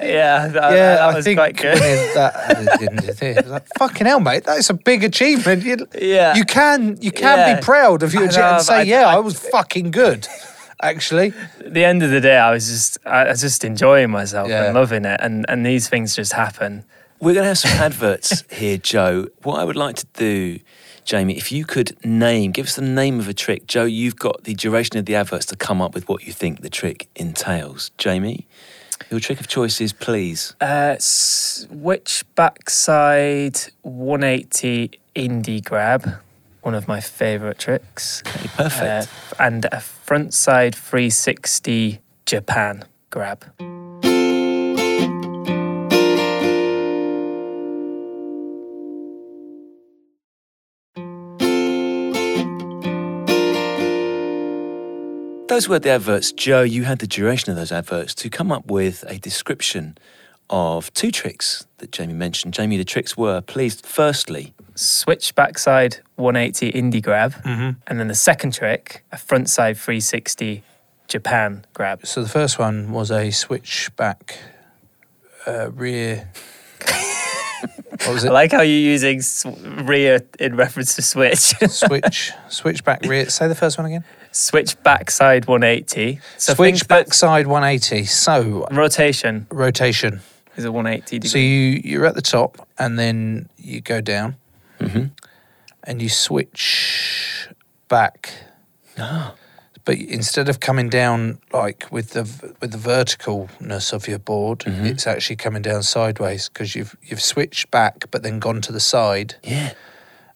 S5: yeah, that,
S4: Yeah,
S5: that
S4: I
S5: was
S4: think
S5: quite good.
S4: winning that didn't it? It was like, fucking hell, mate, that's a big achievement. You,
S5: Yeah.
S4: you can you can
S5: Yeah.
S4: be proud of your
S5: I
S4: achievement
S5: know,
S4: and say,
S5: but I-
S4: yeah, I,
S5: I-
S4: was fucking good. Actually,
S5: At the end of the day, I was just, I, I was just enjoying myself
S4: Yeah.
S5: and loving it, and and these things just happen.
S6: We're going to have some adverts here, Joe. What I would like to do, Jamie, if you could name, give us the name of a trick. Joe, you've got the duration of the adverts to come up with what you think the trick entails. Jamie, your trick of choice is please.
S5: Uh, switch backside 180 indie grab, one of my favorite tricks.
S6: Perfect.
S5: Uh, and a front side 360 Japan grab.
S6: Those were the adverts. Joe, you had the duration of those adverts to come up with a description of two tricks that Jamie mentioned. Jamie, the tricks were please, firstly,
S5: Switch backside 180 indie grab.
S4: Mm-hmm.
S5: And then the second trick, a front side 360 Japan grab.
S4: so the first one was a switchback uh, rear. what was
S5: I
S4: it?
S5: like how you're using s- rear in reference to switch.
S4: Switch switchback rear. Say the first one again.
S5: switch backside 180. So think
S4: switch
S5: that
S4: backside 180. So
S5: Rotation
S4: rotation.
S5: is a 180 degree.
S4: So you you're at the top, and then you go down, Mm-hmm. and you switch back. But instead of coming down like with the v- with the verticalness of your board, it's actually coming down sideways because you've you've switched back, but then gone to the side. Yeah,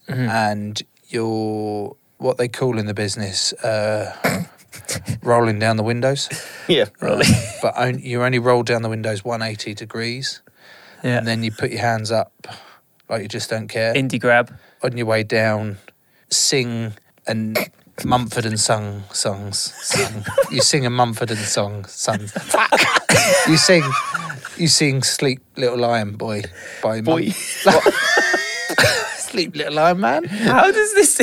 S4: Mm-hmm. and you're what they call in the business uh, rolling down the windows.
S6: yeah,
S4: Really, but on, you only roll down the windows 180 degrees
S5: yeah.
S4: and then you put your hands up like you just don't care.
S5: Indie grab.
S4: On your way down, sing and Mumford and Son songs. Son. you sing a Mumford and Song Son. you sing, you sing "Sleep Little Lion Boy" by Boy. Sleep Little Lion Man,
S5: How does this?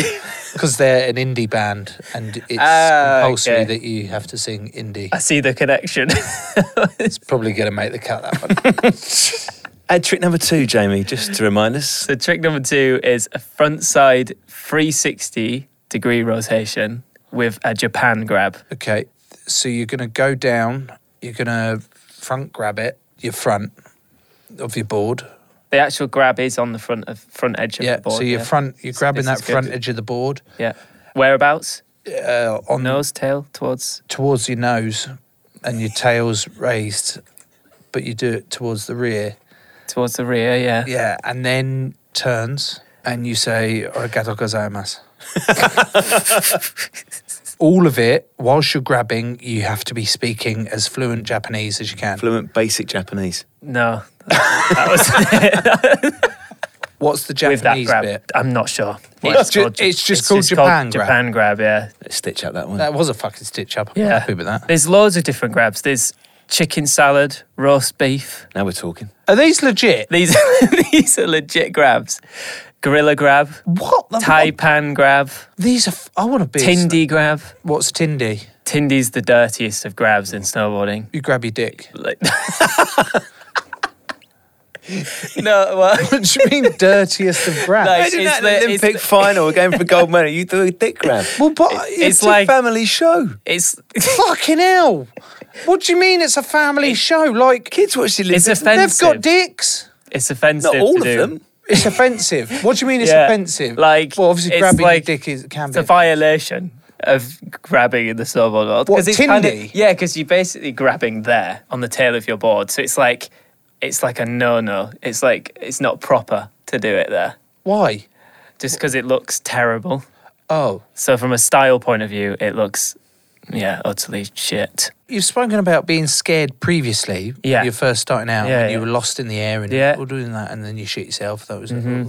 S4: because they're an indie band and it's
S5: Ah,
S4: compulsory
S5: okay.
S4: that you have to sing indie.
S5: I see the connection.
S4: It's probably going to make the cut that one.
S6: And trick number two, Jamie, just to remind us.
S5: so trick number two is a front side 360 degree rotation with a Japan grab.
S4: Okay. So you're going to go down, you're going to front grab it, your front of your board.
S5: The actual grab is on the front of front edge of
S4: yeah.
S5: the board.
S4: so your front, you're grabbing
S5: this
S4: that
S5: is good.
S4: front edge of the board
S5: Yeah. Whereabouts?
S4: uh, on
S5: Nose, tail, towards.
S4: towards your nose and your tail's raised, but you do it towards the rear.
S5: Towards the rear, yeah.
S4: Yeah. And then turns and you say, Arigato gozaimasu. All of it, whilst you're grabbing, you have to be speaking as fluent Japanese as you can.
S6: Fluent basic Japanese.
S5: No. That was
S4: What's the
S5: with that
S4: Japanese
S5: grab.
S4: bit?
S5: I'm not sure.
S4: Well, it's ju- it's just called Japan grab.
S5: Japan grab, yeah.
S6: Let's stitch out that one.
S4: That was a fucking stitch up. I'm
S5: Yeah.
S4: happy with that.
S5: There's loads of different grabs. There's chicken salad, roast beef.
S6: now we're talking.
S4: Are these legit?
S5: These these are legit grabs. Gorilla grab,
S4: What? the-
S5: taipan grab,
S4: These are. f- I want to be. a sn-
S5: tindy grab.
S4: What's Tindy?
S5: Tindy's the dirtiest of grabs in snowboarding.
S4: You grab your dick.
S5: Like- no, well,
S4: what do you mean, dirtiest of grabs?
S5: Like-
S6: Imagine
S5: it's
S6: that
S5: the-
S6: the,
S5: it's
S6: Olympic final going for gold medal. You do a dick grab.
S4: well, but it's,
S5: it's
S6: It's
S5: like-
S6: a family show.
S5: it's
S4: fucking hell. What do you mean? It's a family show. Like
S6: Kids watch the
S5: it's
S6: Olympics.
S4: they've
S5: offensive.
S4: got dicks.
S5: it's offensive.
S6: Not all
S5: to
S6: of
S5: do.
S6: them.
S4: It's offensive. What do you mean? It's
S5: Yeah,
S4: offensive.
S5: like,
S4: well, obviously,
S5: it's
S4: grabbing
S5: like-
S4: your dick is can
S5: It's
S4: be.
S5: a violation of grabbing in the snowboard world.
S4: What,
S5: 'Cause it's kinda-
S4: Tindy?
S5: yeah, because you're basically grabbing there on the tail of your board. So it's like it's like a no-no. It's like it's not proper to do it there,
S4: Why?
S5: just because it looks terrible.
S4: Oh,
S5: So from a style point of view, it looks yeah utterly shit.
S4: you've spoken about being scared previously.
S5: Yeah.
S4: When you're first starting out
S5: Yeah,
S4: and you
S5: yeah.
S4: were lost in the air and
S5: Yeah.
S4: you were doing that and then you shit yourself. That was
S6: Mm-hmm.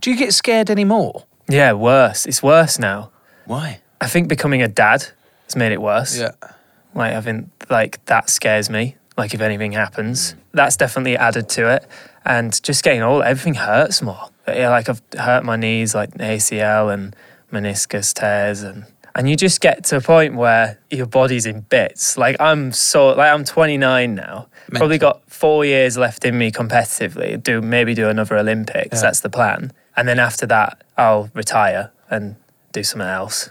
S4: Do you get scared anymore?
S5: Yeah, worse. It's worse now.
S6: Why?
S5: I think becoming a dad has made it worse. Like having like that scares me. Like if anything happens, that's definitely added to it. And just getting old, everything hurts more. But yeah, like I've hurt my knees, like ACL and meniscus tears, and and you just get to a point where your body's in bits. Like I'm so like I'm 29 now. Probably got four years left in me competitively. Do maybe do another Olympics. That's the plan. And then after that, I'll retire and do something else.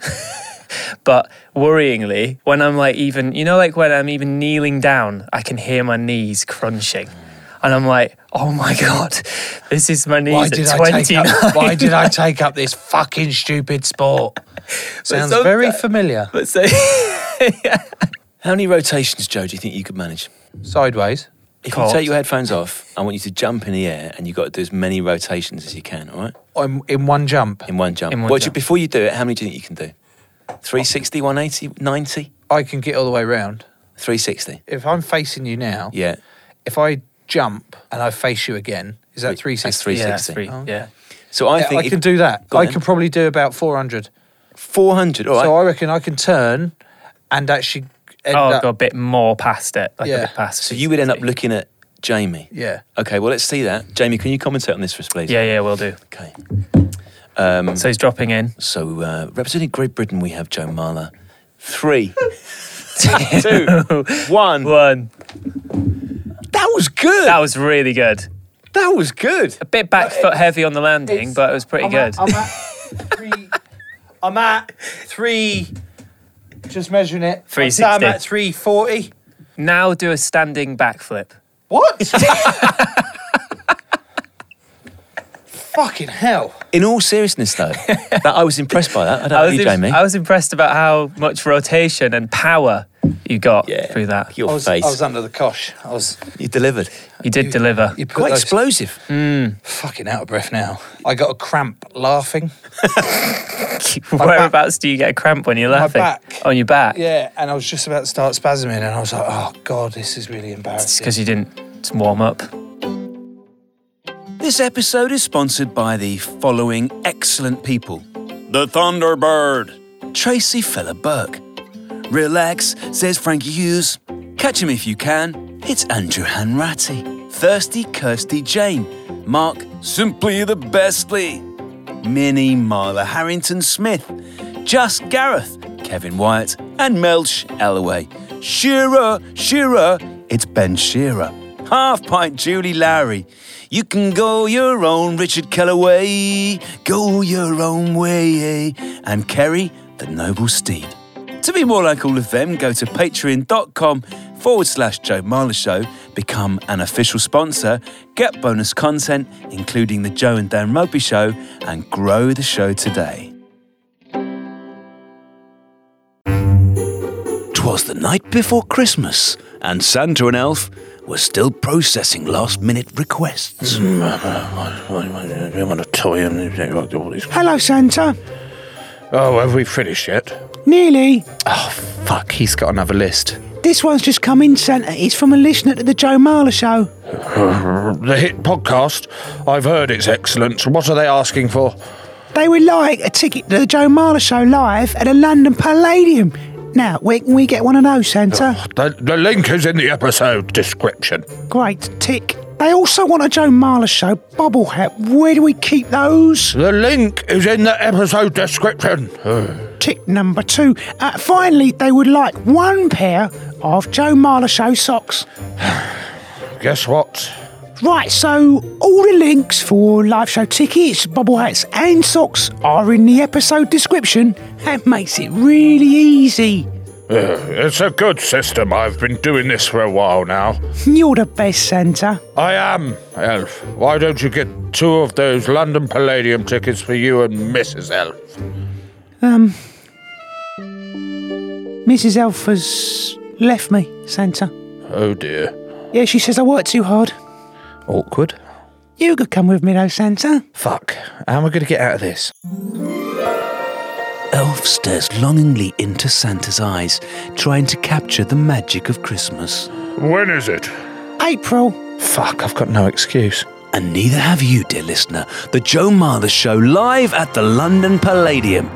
S5: But worryingly, when I'm like even, you know, like when I'm even kneeling down, I can hear my knees crunching. And I'm like, oh my God, this is my knees
S4: Why
S5: at
S4: did, I
S5: 29.
S4: take up, why did I take up this fucking stupid sport? Sounds
S5: some-
S4: very familiar.
S5: But so-
S6: How many rotations, Joe, do you think you could manage?
S4: Sideways.
S6: If
S5: Can't.
S6: you take your headphones off, I want you to jump in the air and you've got to do as many rotations as you can, all right?
S4: I'm in one jump.
S6: In one jump.
S5: In one
S6: Well, do-
S5: jump.
S6: Before you do it, how many do you think you can do? 360, 180, 90?
S4: I can get all the way round.
S6: 360.
S4: If I'm facing you now,
S6: Yeah.
S4: if I jump and I face you again, is that 360?
S6: That's
S5: yeah,
S6: 360.
S5: free,
S4: Oh.
S5: yeah.
S6: So I
S4: Yeah,
S6: think
S4: I
S6: if-
S4: can do that.
S6: Go on
S4: I
S6: then.
S4: can probably do about 400.
S6: 400, all right?
S4: So I reckon I can turn and actually end
S5: Oh,
S4: up.
S5: go a bit more past it. Like
S4: Yeah.
S5: a bit past.
S6: So you would end up
S5: 360.
S6: looking at Jamie.
S4: Yeah.
S6: Okay, well, let's see that. Jamie, can you commentate on this for us, please?
S5: Yeah, yeah, we'll do.
S6: Okay.
S5: So he's dropping in.
S6: So, uh, representing Great Britain, we have Joe Marler. Three, two, one.
S5: One.
S6: That was good.
S5: That was really good.
S6: That was good.
S5: A bit back foot heavy on the landing, but it was pretty good.
S4: I'm at three. I'm at three. Just measuring it.
S5: Three
S4: So I'm
S5: sixty.
S4: at three forty.
S5: now do a standing backflip.
S4: What? Fucking hell!
S6: In all seriousness, though, that, I was impressed by that. I don't
S5: I
S6: know
S5: was,
S6: you,
S5: im-
S6: Jamie.
S5: I was impressed about how much rotation and power you got through that.
S6: Your
S4: I was, I
S6: face.
S4: was under the cosh. I was
S6: You delivered.
S5: You did deliver.
S4: you put
S6: Quite
S4: those-
S6: explosive.
S4: fucking out of breath now. I got a cramp laughing.
S5: Whereabouts do you get a cramp when you're laughing?
S4: back.
S5: On your back.
S4: Yeah, and I was just about to start spasming, and I was like, "Oh God, this is really
S5: It's
S4: embarrassing."
S5: because you didn't warm up.
S2: This episode is sponsored by the following excellent people The Thunderbird, Tracy Fella Burke. Relax, says Frankie Hughes. Catch him if you can. It's Andrew Hanratty, Thirsty Kirsty Jane, Mark Simply the Bestly, Minnie Marla Harrington Smith, Just Gareth, Kevin Wyatt, and Melch Ellaway. Shearer, Shearer, it's Ben Shearer. Half Pint Julie Lowry. You can go your own Richard Kellaway, go your own way, and Kerry, the noble steed. To be more like all of them, go to patreon.com forward slash Joe Marler Show, become an official sponsor, get bonus content, including the Joe and Dan Rugby Show, and grow the show today. 'Twas the night before Christmas, and Santa and Elf were still processing last minute requests.
S7: Hello, Santa.
S8: Oh, have we finished yet?
S7: Nearly.
S9: Fuck, he's got another list.
S7: This one's just come in, Santa. It's from a listener to the Joe Marler Show.
S8: The hit podcast. I've heard it's excellent. What are they asking for?
S7: They would like a ticket to the Joe Marler Show live at the London Palladium. Now, where can we get one of those, Santa?
S8: Oh, The, the link is in the episode description.
S7: Great, tick. They also want a Joe Marler Show bobble hat. Where do we keep those?
S8: The link is in the episode description.
S7: Tick number two. Uh, finally, they would like one pair of Joe Marler Show socks.
S8: Guess what?
S7: Right, so all the links for live show tickets, bubble hats, and socks are in the episode description. That makes it really easy.
S8: It's a good system. I've been doing this for a while now.
S7: You're the best, Santa.
S8: I am, Elf. Why don't you get two of those London Palladium tickets for you and Mrs. Elf?
S7: Um, Mrs. Elfa's left me, Santa.
S8: Oh dear.
S7: Yeah, she says I work too hard.
S9: Awkward.
S7: You could come with me though, Santa.
S9: Fuck. How am I going to get out of this?
S2: Elf stares longingly into Santa's eyes, trying to capture the magic of Christmas.
S8: When is it?
S7: April.
S9: Fuck, I've got no excuse.
S2: And neither have you, dear listener. The Joe Martha Show live at the London Palladium.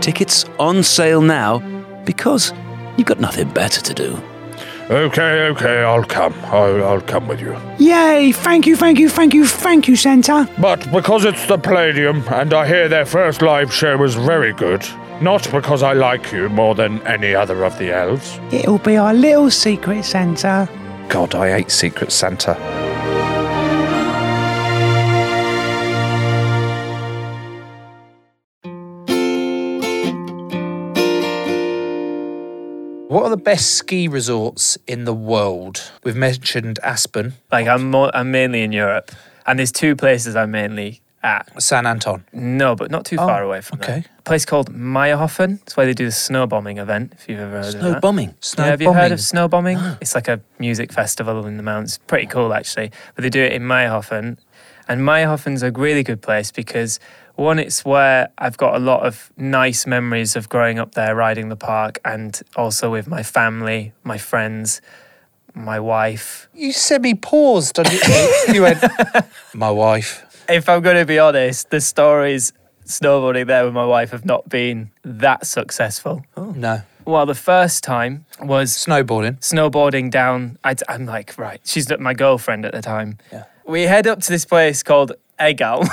S2: Tickets on sale now because you've got nothing better to do.
S8: Okay, okay, I'll come. I'll, I'll come with you.
S7: Yay, thank you, thank you, thank you, thank you, Santa.
S8: But because it's the Palladium and I hear their first live show was very good, not because I like you more than any other of the elves.
S7: It'll be our little secret, Santa.
S9: God, I hate Secret Santa.
S4: What are the best ski resorts in the world? We've mentioned Aspen,
S5: Like I'm, more, I'm mainly in Europe, and there's two places I'm mainly at.
S4: San Anton.
S5: No, but not too
S4: Oh,
S5: far away from there.
S4: okay.
S5: A place called Meyerhofen. It's where they do the snow bombing event. If you've ever heard of
S2: No
S5: that.
S2: bombing.
S4: Snow
S5: yeah, have you
S4: bombing.
S5: heard of snow bombing? it's like a music festival in the mountains. Pretty cool, actually. But they do it in Meyerhofen. And Meyerhofen's a really good place because, one, it's where I've got a lot of nice memories of growing up there, riding the park, and also with my family, my friends, my wife.
S4: You semi paused on your. you went, my wife.
S5: If I'm going to be honest, the stories snowboarding there with my wife have not been that successful.
S4: No.
S5: Well, the first time was
S4: Snowboarding.
S5: snowboarding down. I, am like, right, she's not my girlfriend at the time. We head up to this place called Egal.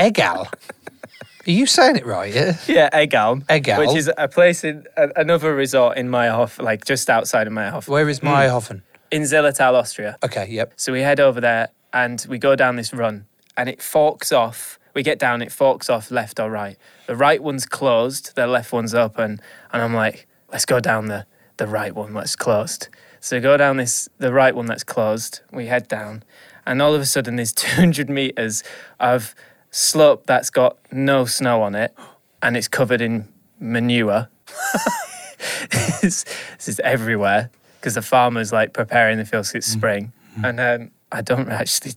S4: Egal. Are you saying it right? Yeah.
S5: yeah, Egal.
S4: Eggal?
S5: Which is a place in a, another resort in Meyerhof, like just outside of Meyerhof,
S4: Where is
S9: Hmm.
S4: Meyerhofen?
S5: in Zillertal, Austria.
S4: Okay, yep.
S5: So we head over there and we go down this run and it forks off. We get down, it forks off left or right. The right one's closed, the left one's open. And I'm like, let's go down the, the right one that's closed. So we go down this, the right one that's closed. We head down and all of a sudden there's 200 meters of slope that's got no snow on it and it's covered in manure this this is everywhere because the farmer's like preparing the fields 'cause it's spring. And um, I don't actually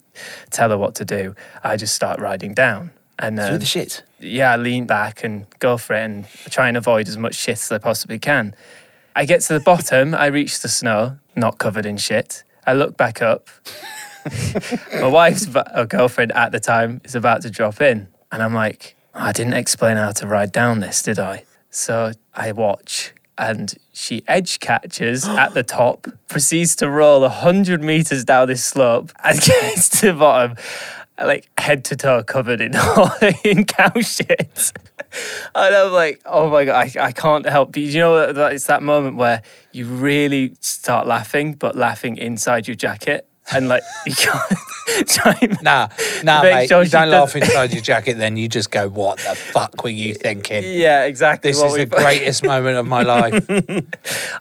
S5: tell her what to do. I just start riding down. And um,
S6: the shit.
S5: yeah, I lean back and go for it and try and avoid as much shit as I possibly can. I get to the bottom, I reach the snow, not covered in shit. I look back up my wife's ba- or girlfriend at the time is about to drop in, and I'm like, I didn't explain how to ride down this, did I? So I watch, and she edge catches at the top, proceeds to roll hundred meters down this slope, and gets to the bottom. Like head to toe covered in in cow shit, and I'm like, oh my god, I, I can't help. But you know, that- it's that moment where you really start laughing, but laughing inside your jacket, and like you can't try and
S4: Nah, nah,
S5: Make
S4: mate.
S5: sure
S4: you
S5: she
S4: don't laugh
S5: doesn't-
S4: inside your jacket. Then you just go, "What the fuck were you thinking?"
S5: Yeah, exactly.
S4: This
S5: what
S4: is
S5: we-
S4: the greatest moment of my life.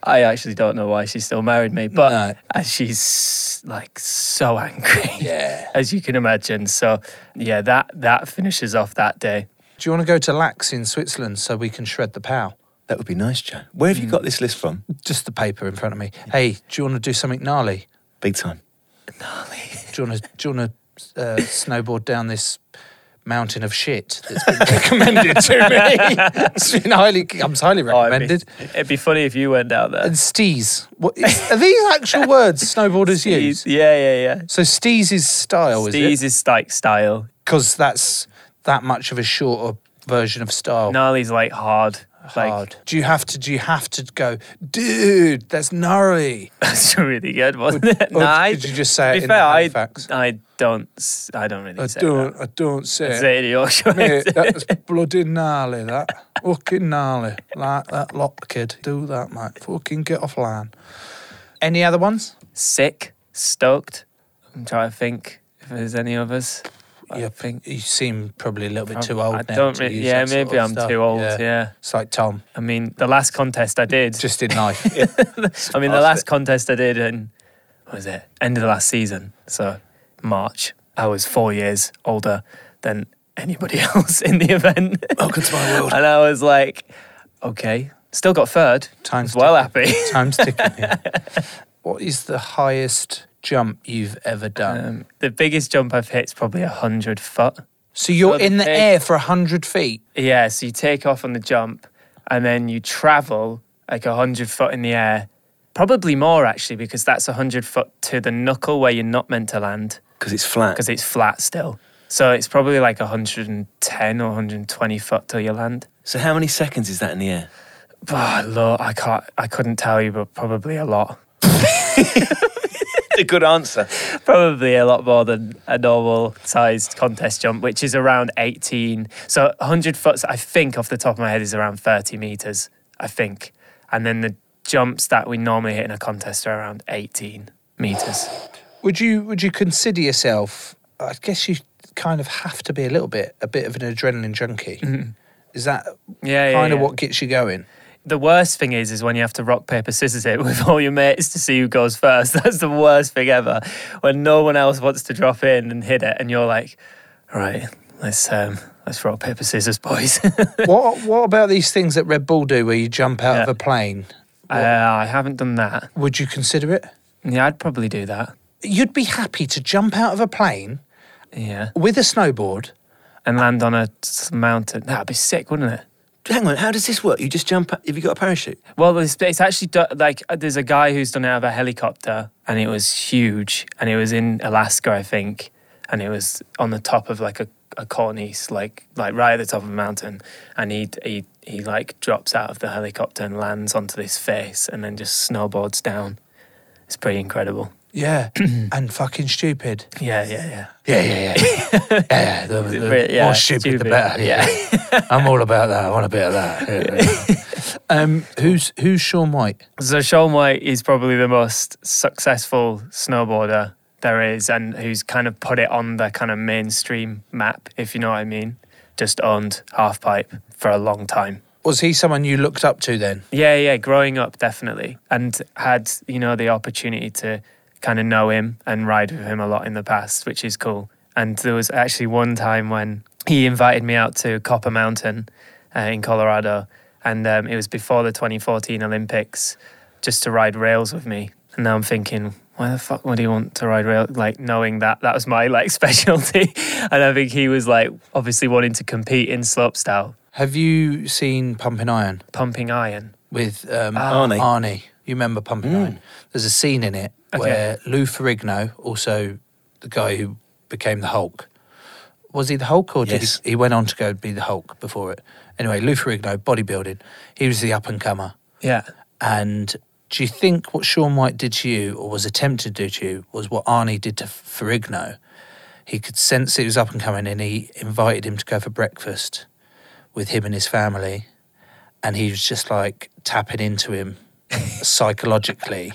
S5: I actually don't know why she still married me, but
S4: No.
S5: uh, she's like so angry.
S4: Yeah.
S5: as you can imagine. So yeah, that that finishes off that day.
S4: Do you want to go to Lax in Switzerland so we can shred the pow? Mm.
S6: That would be nice, Joe. Where have you got this list from?
S4: Just the paper in front of me. Hey, do you want to do something gnarly?
S6: Big time.
S4: Do you want to do you want to uh, snowboard down this mountain of shit that's been recommended to me? it's been highly, I'm highly
S5: it'd,
S4: recommended.
S5: be, it'd be funny if you went down there.
S4: Oh, and steez. What is, are these actual words snowboarders use?
S5: Yeah, yeah, yeah.
S4: So steez is style,
S5: Steez
S4: is Oh, it?
S5: is like style.
S4: Because that's that much of a shorter version of style.
S5: Gnarly's like hard.
S4: Hard. do you have to? Do you have to go, dude? That's gnarly.
S5: Like that's a really good, wasn't it?
S4: or
S5: Nah, I-
S4: did you just say
S5: to
S4: it
S5: be
S4: in
S5: fair, I,
S4: Halifax?
S5: I don't. s- I don't really.
S4: I
S5: say
S4: don't.
S5: That.
S4: I don't say.
S5: I
S4: it.
S5: say it in Yorkshire.
S4: Mate, that's bloody gnarly, that. Fucking gnarly. Like that lot, kid. Do that, mate. Fucking get off line. Any other ones?
S5: Sick, stoked. I'm trying to think if there's any others.
S4: you,
S5: think-
S4: you seem probably a little bit
S5: I'm-
S4: too old
S5: I
S4: now.
S5: don't
S4: to
S5: really-
S4: use
S5: yeah,
S4: that sort
S5: maybe
S4: of
S5: I'm
S4: stuff.
S5: too old, yeah.
S4: It's like Tom,
S5: I mean, the last contest I did.
S4: just in life.
S5: I mean, the last contest I did in what was it end of the last season, so March. I was four years older than anybody else in the event.
S4: Oh,
S5: Welcome to my world. and I was like, okay, still got third.
S4: Time's
S5: was well happy.
S4: Time's ticking here. What is the highest jump you've ever done?
S5: Um, the biggest jump I've hit is probably a hundred foot.
S4: so you're
S5: so the
S4: in the
S5: big-
S4: air for 100 feet.
S5: Yeah, so you take off on the jump and then you travel like 100 foot in the air. Probably more actually, because that's 100 foot to the knuckle where you're not meant to land
S6: Because it's flat.
S5: because it's flat still. So it's probably like 110 or 120 foot till you land.
S6: So how many seconds is that in the air?
S5: But look, I can't, I couldn't tell you, but probably a lot.
S6: a good answer.
S5: Probably a lot more than a normal sized contest jump, which is around 18. So 100 foot, I think, off the top of my head, is around 30 meters, I think. And then the jumps that we normally hit in a contest are around 18 meters.
S4: Would you would you consider yourself? I guess you kind of have to be a little bit a bit of an adrenaline junkie. Is that
S5: Mm-hmm. Yeah, yeah,
S4: kind of
S5: yeah.
S4: what gets you going?
S5: The worst thing is, is when you have to rock paper scissors it with all your mates to see who goes first. That's the worst thing ever. When no one else wants to drop in and hit it, and you're like, right, let's um, let's rock paper scissors, boys. uh,
S4: what What about these things that Red Bull do, where you jump out of
S5: Yeah.
S4: a plane?
S5: Uh, I haven't done that.
S4: Would you consider it?
S5: Yeah, I'd probably do that.
S4: You'd be happy to jump out of a plane
S5: Yeah,
S4: with a snowboard.
S5: and land on a s- mountain. That'd be sick, wouldn't it?
S6: Hang on, how does this work? You just jump. Have you got a parachute?
S5: Well, it's, it's actually do- like uh, there's a guy who's done it out of a helicopter, and it was huge, and it was in Alaska, I think, and it was on the top of like a, a cornice, like like right at the top of a mountain, and he he he like drops out of the helicopter and lands onto his face, and then just snowboards down. It's pretty incredible.
S4: Yeah, and fucking stupid.
S5: Yeah, yeah, yeah.
S4: Yeah, yeah, yeah. yeah, yeah, the, the
S5: Brit- yeah,
S4: more stupid, the
S5: stupid.
S4: better. Yeah, I'm all about that. I want a bit of that. Yeah, yeah. um, who's who's Sean White?
S5: So Sean White is probably the most successful snowboarder there is, and who's kind of put it on the kind of mainstream map, if you know what I mean. Just owned halfpipe for a long time.
S4: Was he someone you looked up to then?
S5: Yeah, yeah, growing up definitely, and had you know the opportunity to kind of know him and ride with him a lot in the past, which is cool. And there was actually one time when he invited me out to Copper Mountain uh, in Colorado, and um, it was before the 2014 Olympics, just to ride rails with me. And now I'm thinking, why the fuck would he want to ride rail? Like knowing that that was my like specialty, and I think he was like obviously wanting to compete in slopestyle,
S4: Have you seen Pumping Iron
S5: pumping iron.
S4: with um,
S6: Arnie. Mm.
S4: Arnie, you remember Pumping Iron? There's a scene in it
S5: Okay.
S4: where Lou Ferrigno, also the guy who became the Hulk. Was he the Hulk or did
S6: Yes.
S4: he, he went on to go be the Hulk before it? Anyway, Lou Ferrigno, bodybuilding. He was the up and comer.
S5: Yeah.
S4: And do you think what Sean White did to you, or was attempted to do to you, was what Arnie did to Ferrigno? He could sense it was up and coming, and he invited him to go for breakfast with him and his family. And he was just like tapping into him psychologically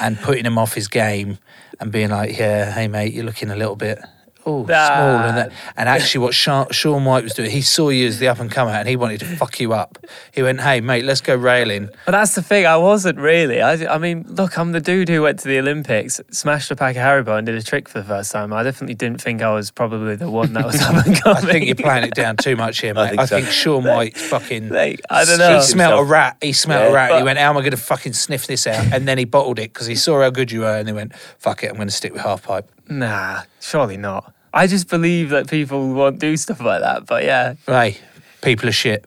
S4: and putting him off his game and being like, Yeah, hey, mate, you're looking a little bit. Oh, small. And, that. and actually, what Sha- Sean White was doing, he saw you as the up and comer and he wanted to fuck you up. He went, Hey, mate, let's go railing.
S5: But that's the thing. I wasn't really. I, I mean, look, I'm the dude who went to the Olympics, smashed a pack of Haribo, and did a trick for the first time. I definitely didn't think I was probably the one that was up and coming.
S4: I think you're playing it down too much here, mate. I
S6: think
S4: think,
S6: so.
S4: Sean White's fucking.
S5: Like, I don't know.
S4: He smelt a rat. He smelt a
S5: Yeah,
S4: rat. and he
S5: but-
S4: went, "How am I going to fucking sniff this out?" And then he bottled it because he saw how good you were, and he went, "Fuck it, I'm going to stick with half pipe."
S5: Nah, surely not. I just believe that people won't do stuff like that. But yeah,
S4: Hey, people are shit.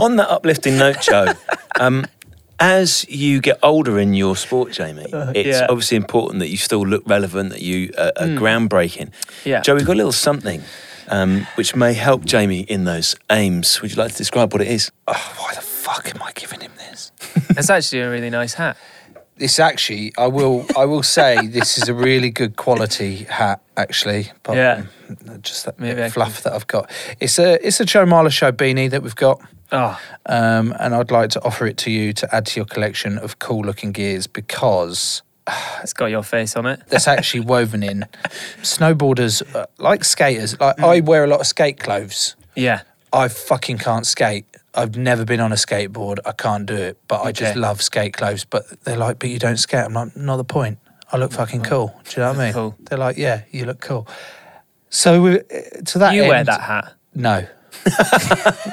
S6: On that uplifting note, Joe, um, as you get older in your sport, Jamie, it's
S5: Uh, yeah. Hmm.
S6: obviously important that you still look relevant, that you uh, are groundbreaking.
S5: Yeah.
S6: Joe, we've got a little something um, which may help Jamie in those aims. Would you like to describe what it is?
S4: Oh, why the fuck am I giving him this?
S5: that's actually a really nice hat.
S4: This actually, I will, I will say, this is a really good quality hat. Actually, apart
S5: Yeah.
S4: from just that
S5: Maybe
S4: bit
S5: I
S4: of fluff that I've got. It's a, it's a Joe Marler show beanie that we've got.
S5: Oh,
S4: um, and I'd like to offer it to you to add to your collection of cool looking gears because
S5: it's got your face on it.
S4: that's actually woven in. Snowboarders, uh, like skaters, like I
S5: Mm.
S4: wear a lot of skate clothes.
S5: Yeah.
S4: I fucking can't skate. I've never been on a skateboard. I can't do it, but I just
S5: Okay.
S4: love skate clothes. But they're like, but you don't skate. I'm like, not the point. I look fucking cool. Do you know what I mean?
S5: Cool.
S4: They're like, yeah, you look cool. So we- to that
S5: You wear
S4: end-
S5: that hat.
S4: No.
S5: I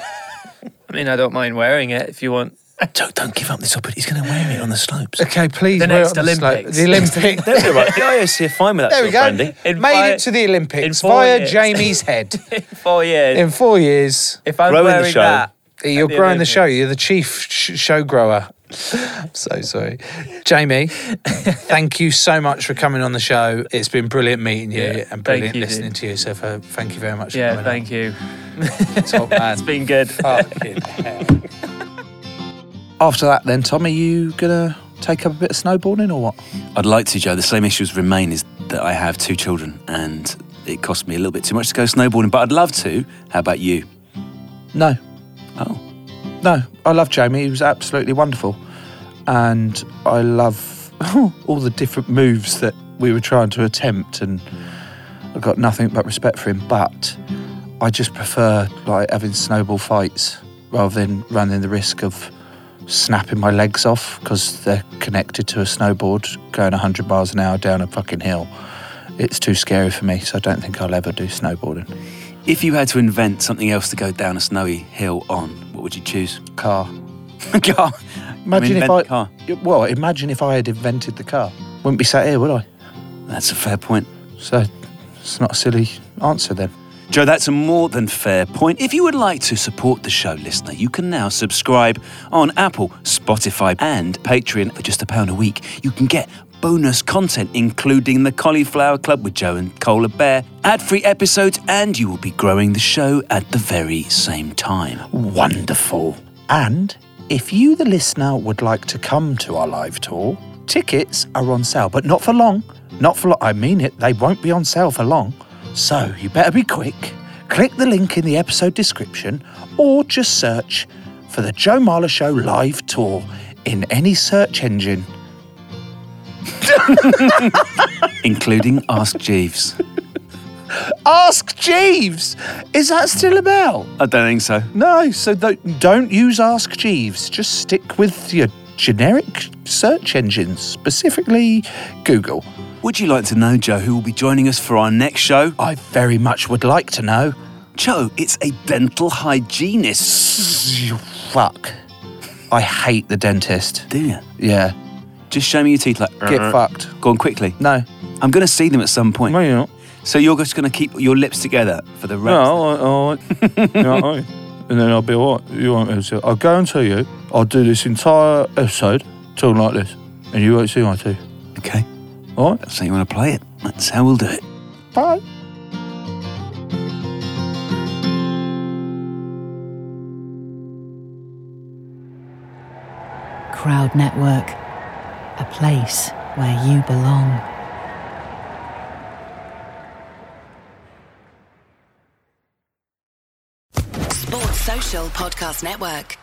S5: mean, I don't mind wearing it if you want.
S6: Joe, don't give up this opportunity. He's going to wear it on the slopes.
S4: Okay, please.
S5: The
S4: wear it
S5: next
S4: on slope.
S5: Olympics.
S4: The Olympics.
S6: That's all right. The IOC are fine with that
S4: There
S6: sort
S4: we
S6: of
S4: go.
S6: branding.
S5: In
S4: Made
S5: five-
S4: it to the
S5: in
S4: Olympics
S5: four
S4: via
S5: years.
S4: Jamie's head.
S5: Four years.
S4: In four years,
S5: if I'm
S6: Growing the
S5: wearing
S6: show.
S5: that,
S4: you're
S5: the
S4: growing the show.
S5: Olympics.
S4: You're the chief sh- show grower. I'm so sorry. Jamie, thank you so much for coming on the show. It's been brilliant meeting you
S5: Yeah,
S4: and
S5: thank
S4: brilliant
S5: you,
S4: listening
S5: dude.
S4: to you. So uh, thank you very much
S5: yeah,
S4: for coming
S5: thank you.
S4: on. Top man.
S5: It's been good.
S4: Fucking hell.
S9: After that, then, Tom, are you gonna take up a bit of snowboarding or what?
S2: I'd like to, Joe. The same issues remain is that I have two children and it costs me a little bit too much to go snowboarding, but I'd love to. How about you?
S9: No,
S2: Oh,
S9: no. I love Jamie. He was absolutely wonderful, and I love all the different moves that we were trying to attempt, and I've got nothing but respect for him. But I just prefer like having snowball fights rather than running the risk of snapping my legs off because they're connected to a snowboard going 100 miles an hour down a fucking hill. It's too scary for me, so I don't think I'll ever do snowboarding.
S2: if you had to invent something else to go down a snowy hill on, what would you choose?
S9: Car.
S2: car.
S9: Imagine if
S2: invent
S9: I
S2: the car.
S9: well, imagine if I had invented the car. Wouldn't be sat here, would I?
S2: That's a fair point.
S9: So it's not a silly answer then.
S2: Joe, that's a more than fair point. If you would like to support the show, listener, you can now subscribe on Apple, Spotify, and Patreon for just a pound a week. You can get bonus content, including the Cauliflower Club with Joe and Cola Bear, ad free episodes, and you will be growing the show at the very same time.
S9: Wonderful. And if you, the listener, would like to come to our live tour, tickets are on sale, but not for long. Not for long. I mean it, they won't be on sale for long. So you better be quick. Click the link in the episode description or just search for the Joe Marler Show live tour in any search engine.
S2: Including Ask Jeeves.
S9: Ask Jeeves! Is that still about?
S2: I don't think so.
S9: No, so th- don't use Ask Jeeves. Just stick with your generic search engines, specifically Google.
S2: Would you like to know, Joe, who will be joining us for our next show?
S9: I very much would like to know.
S2: Joe, it's a dental hygienist.
S9: You fuck. I hate the dentist.
S2: Do you?
S9: Yeah.
S2: Just show me your teeth like.
S9: Get fucked.
S2: Go on quickly.
S9: No.
S2: I'm going to see them at some point.
S9: you're not.
S2: So you're just going to keep your lips together for the rest.
S9: No, I, I, no, I- and then I'll be all right. You won't ever see it. I guarantee you, I'll do this entire episode talking like this, and you won't see my teeth.
S2: Okay.
S9: All right.
S2: So you want to play it? That's how we'll do it.
S9: Bye.
S1: Crowd Network, a place where you belong.
S10: Sports Social Podcast Network.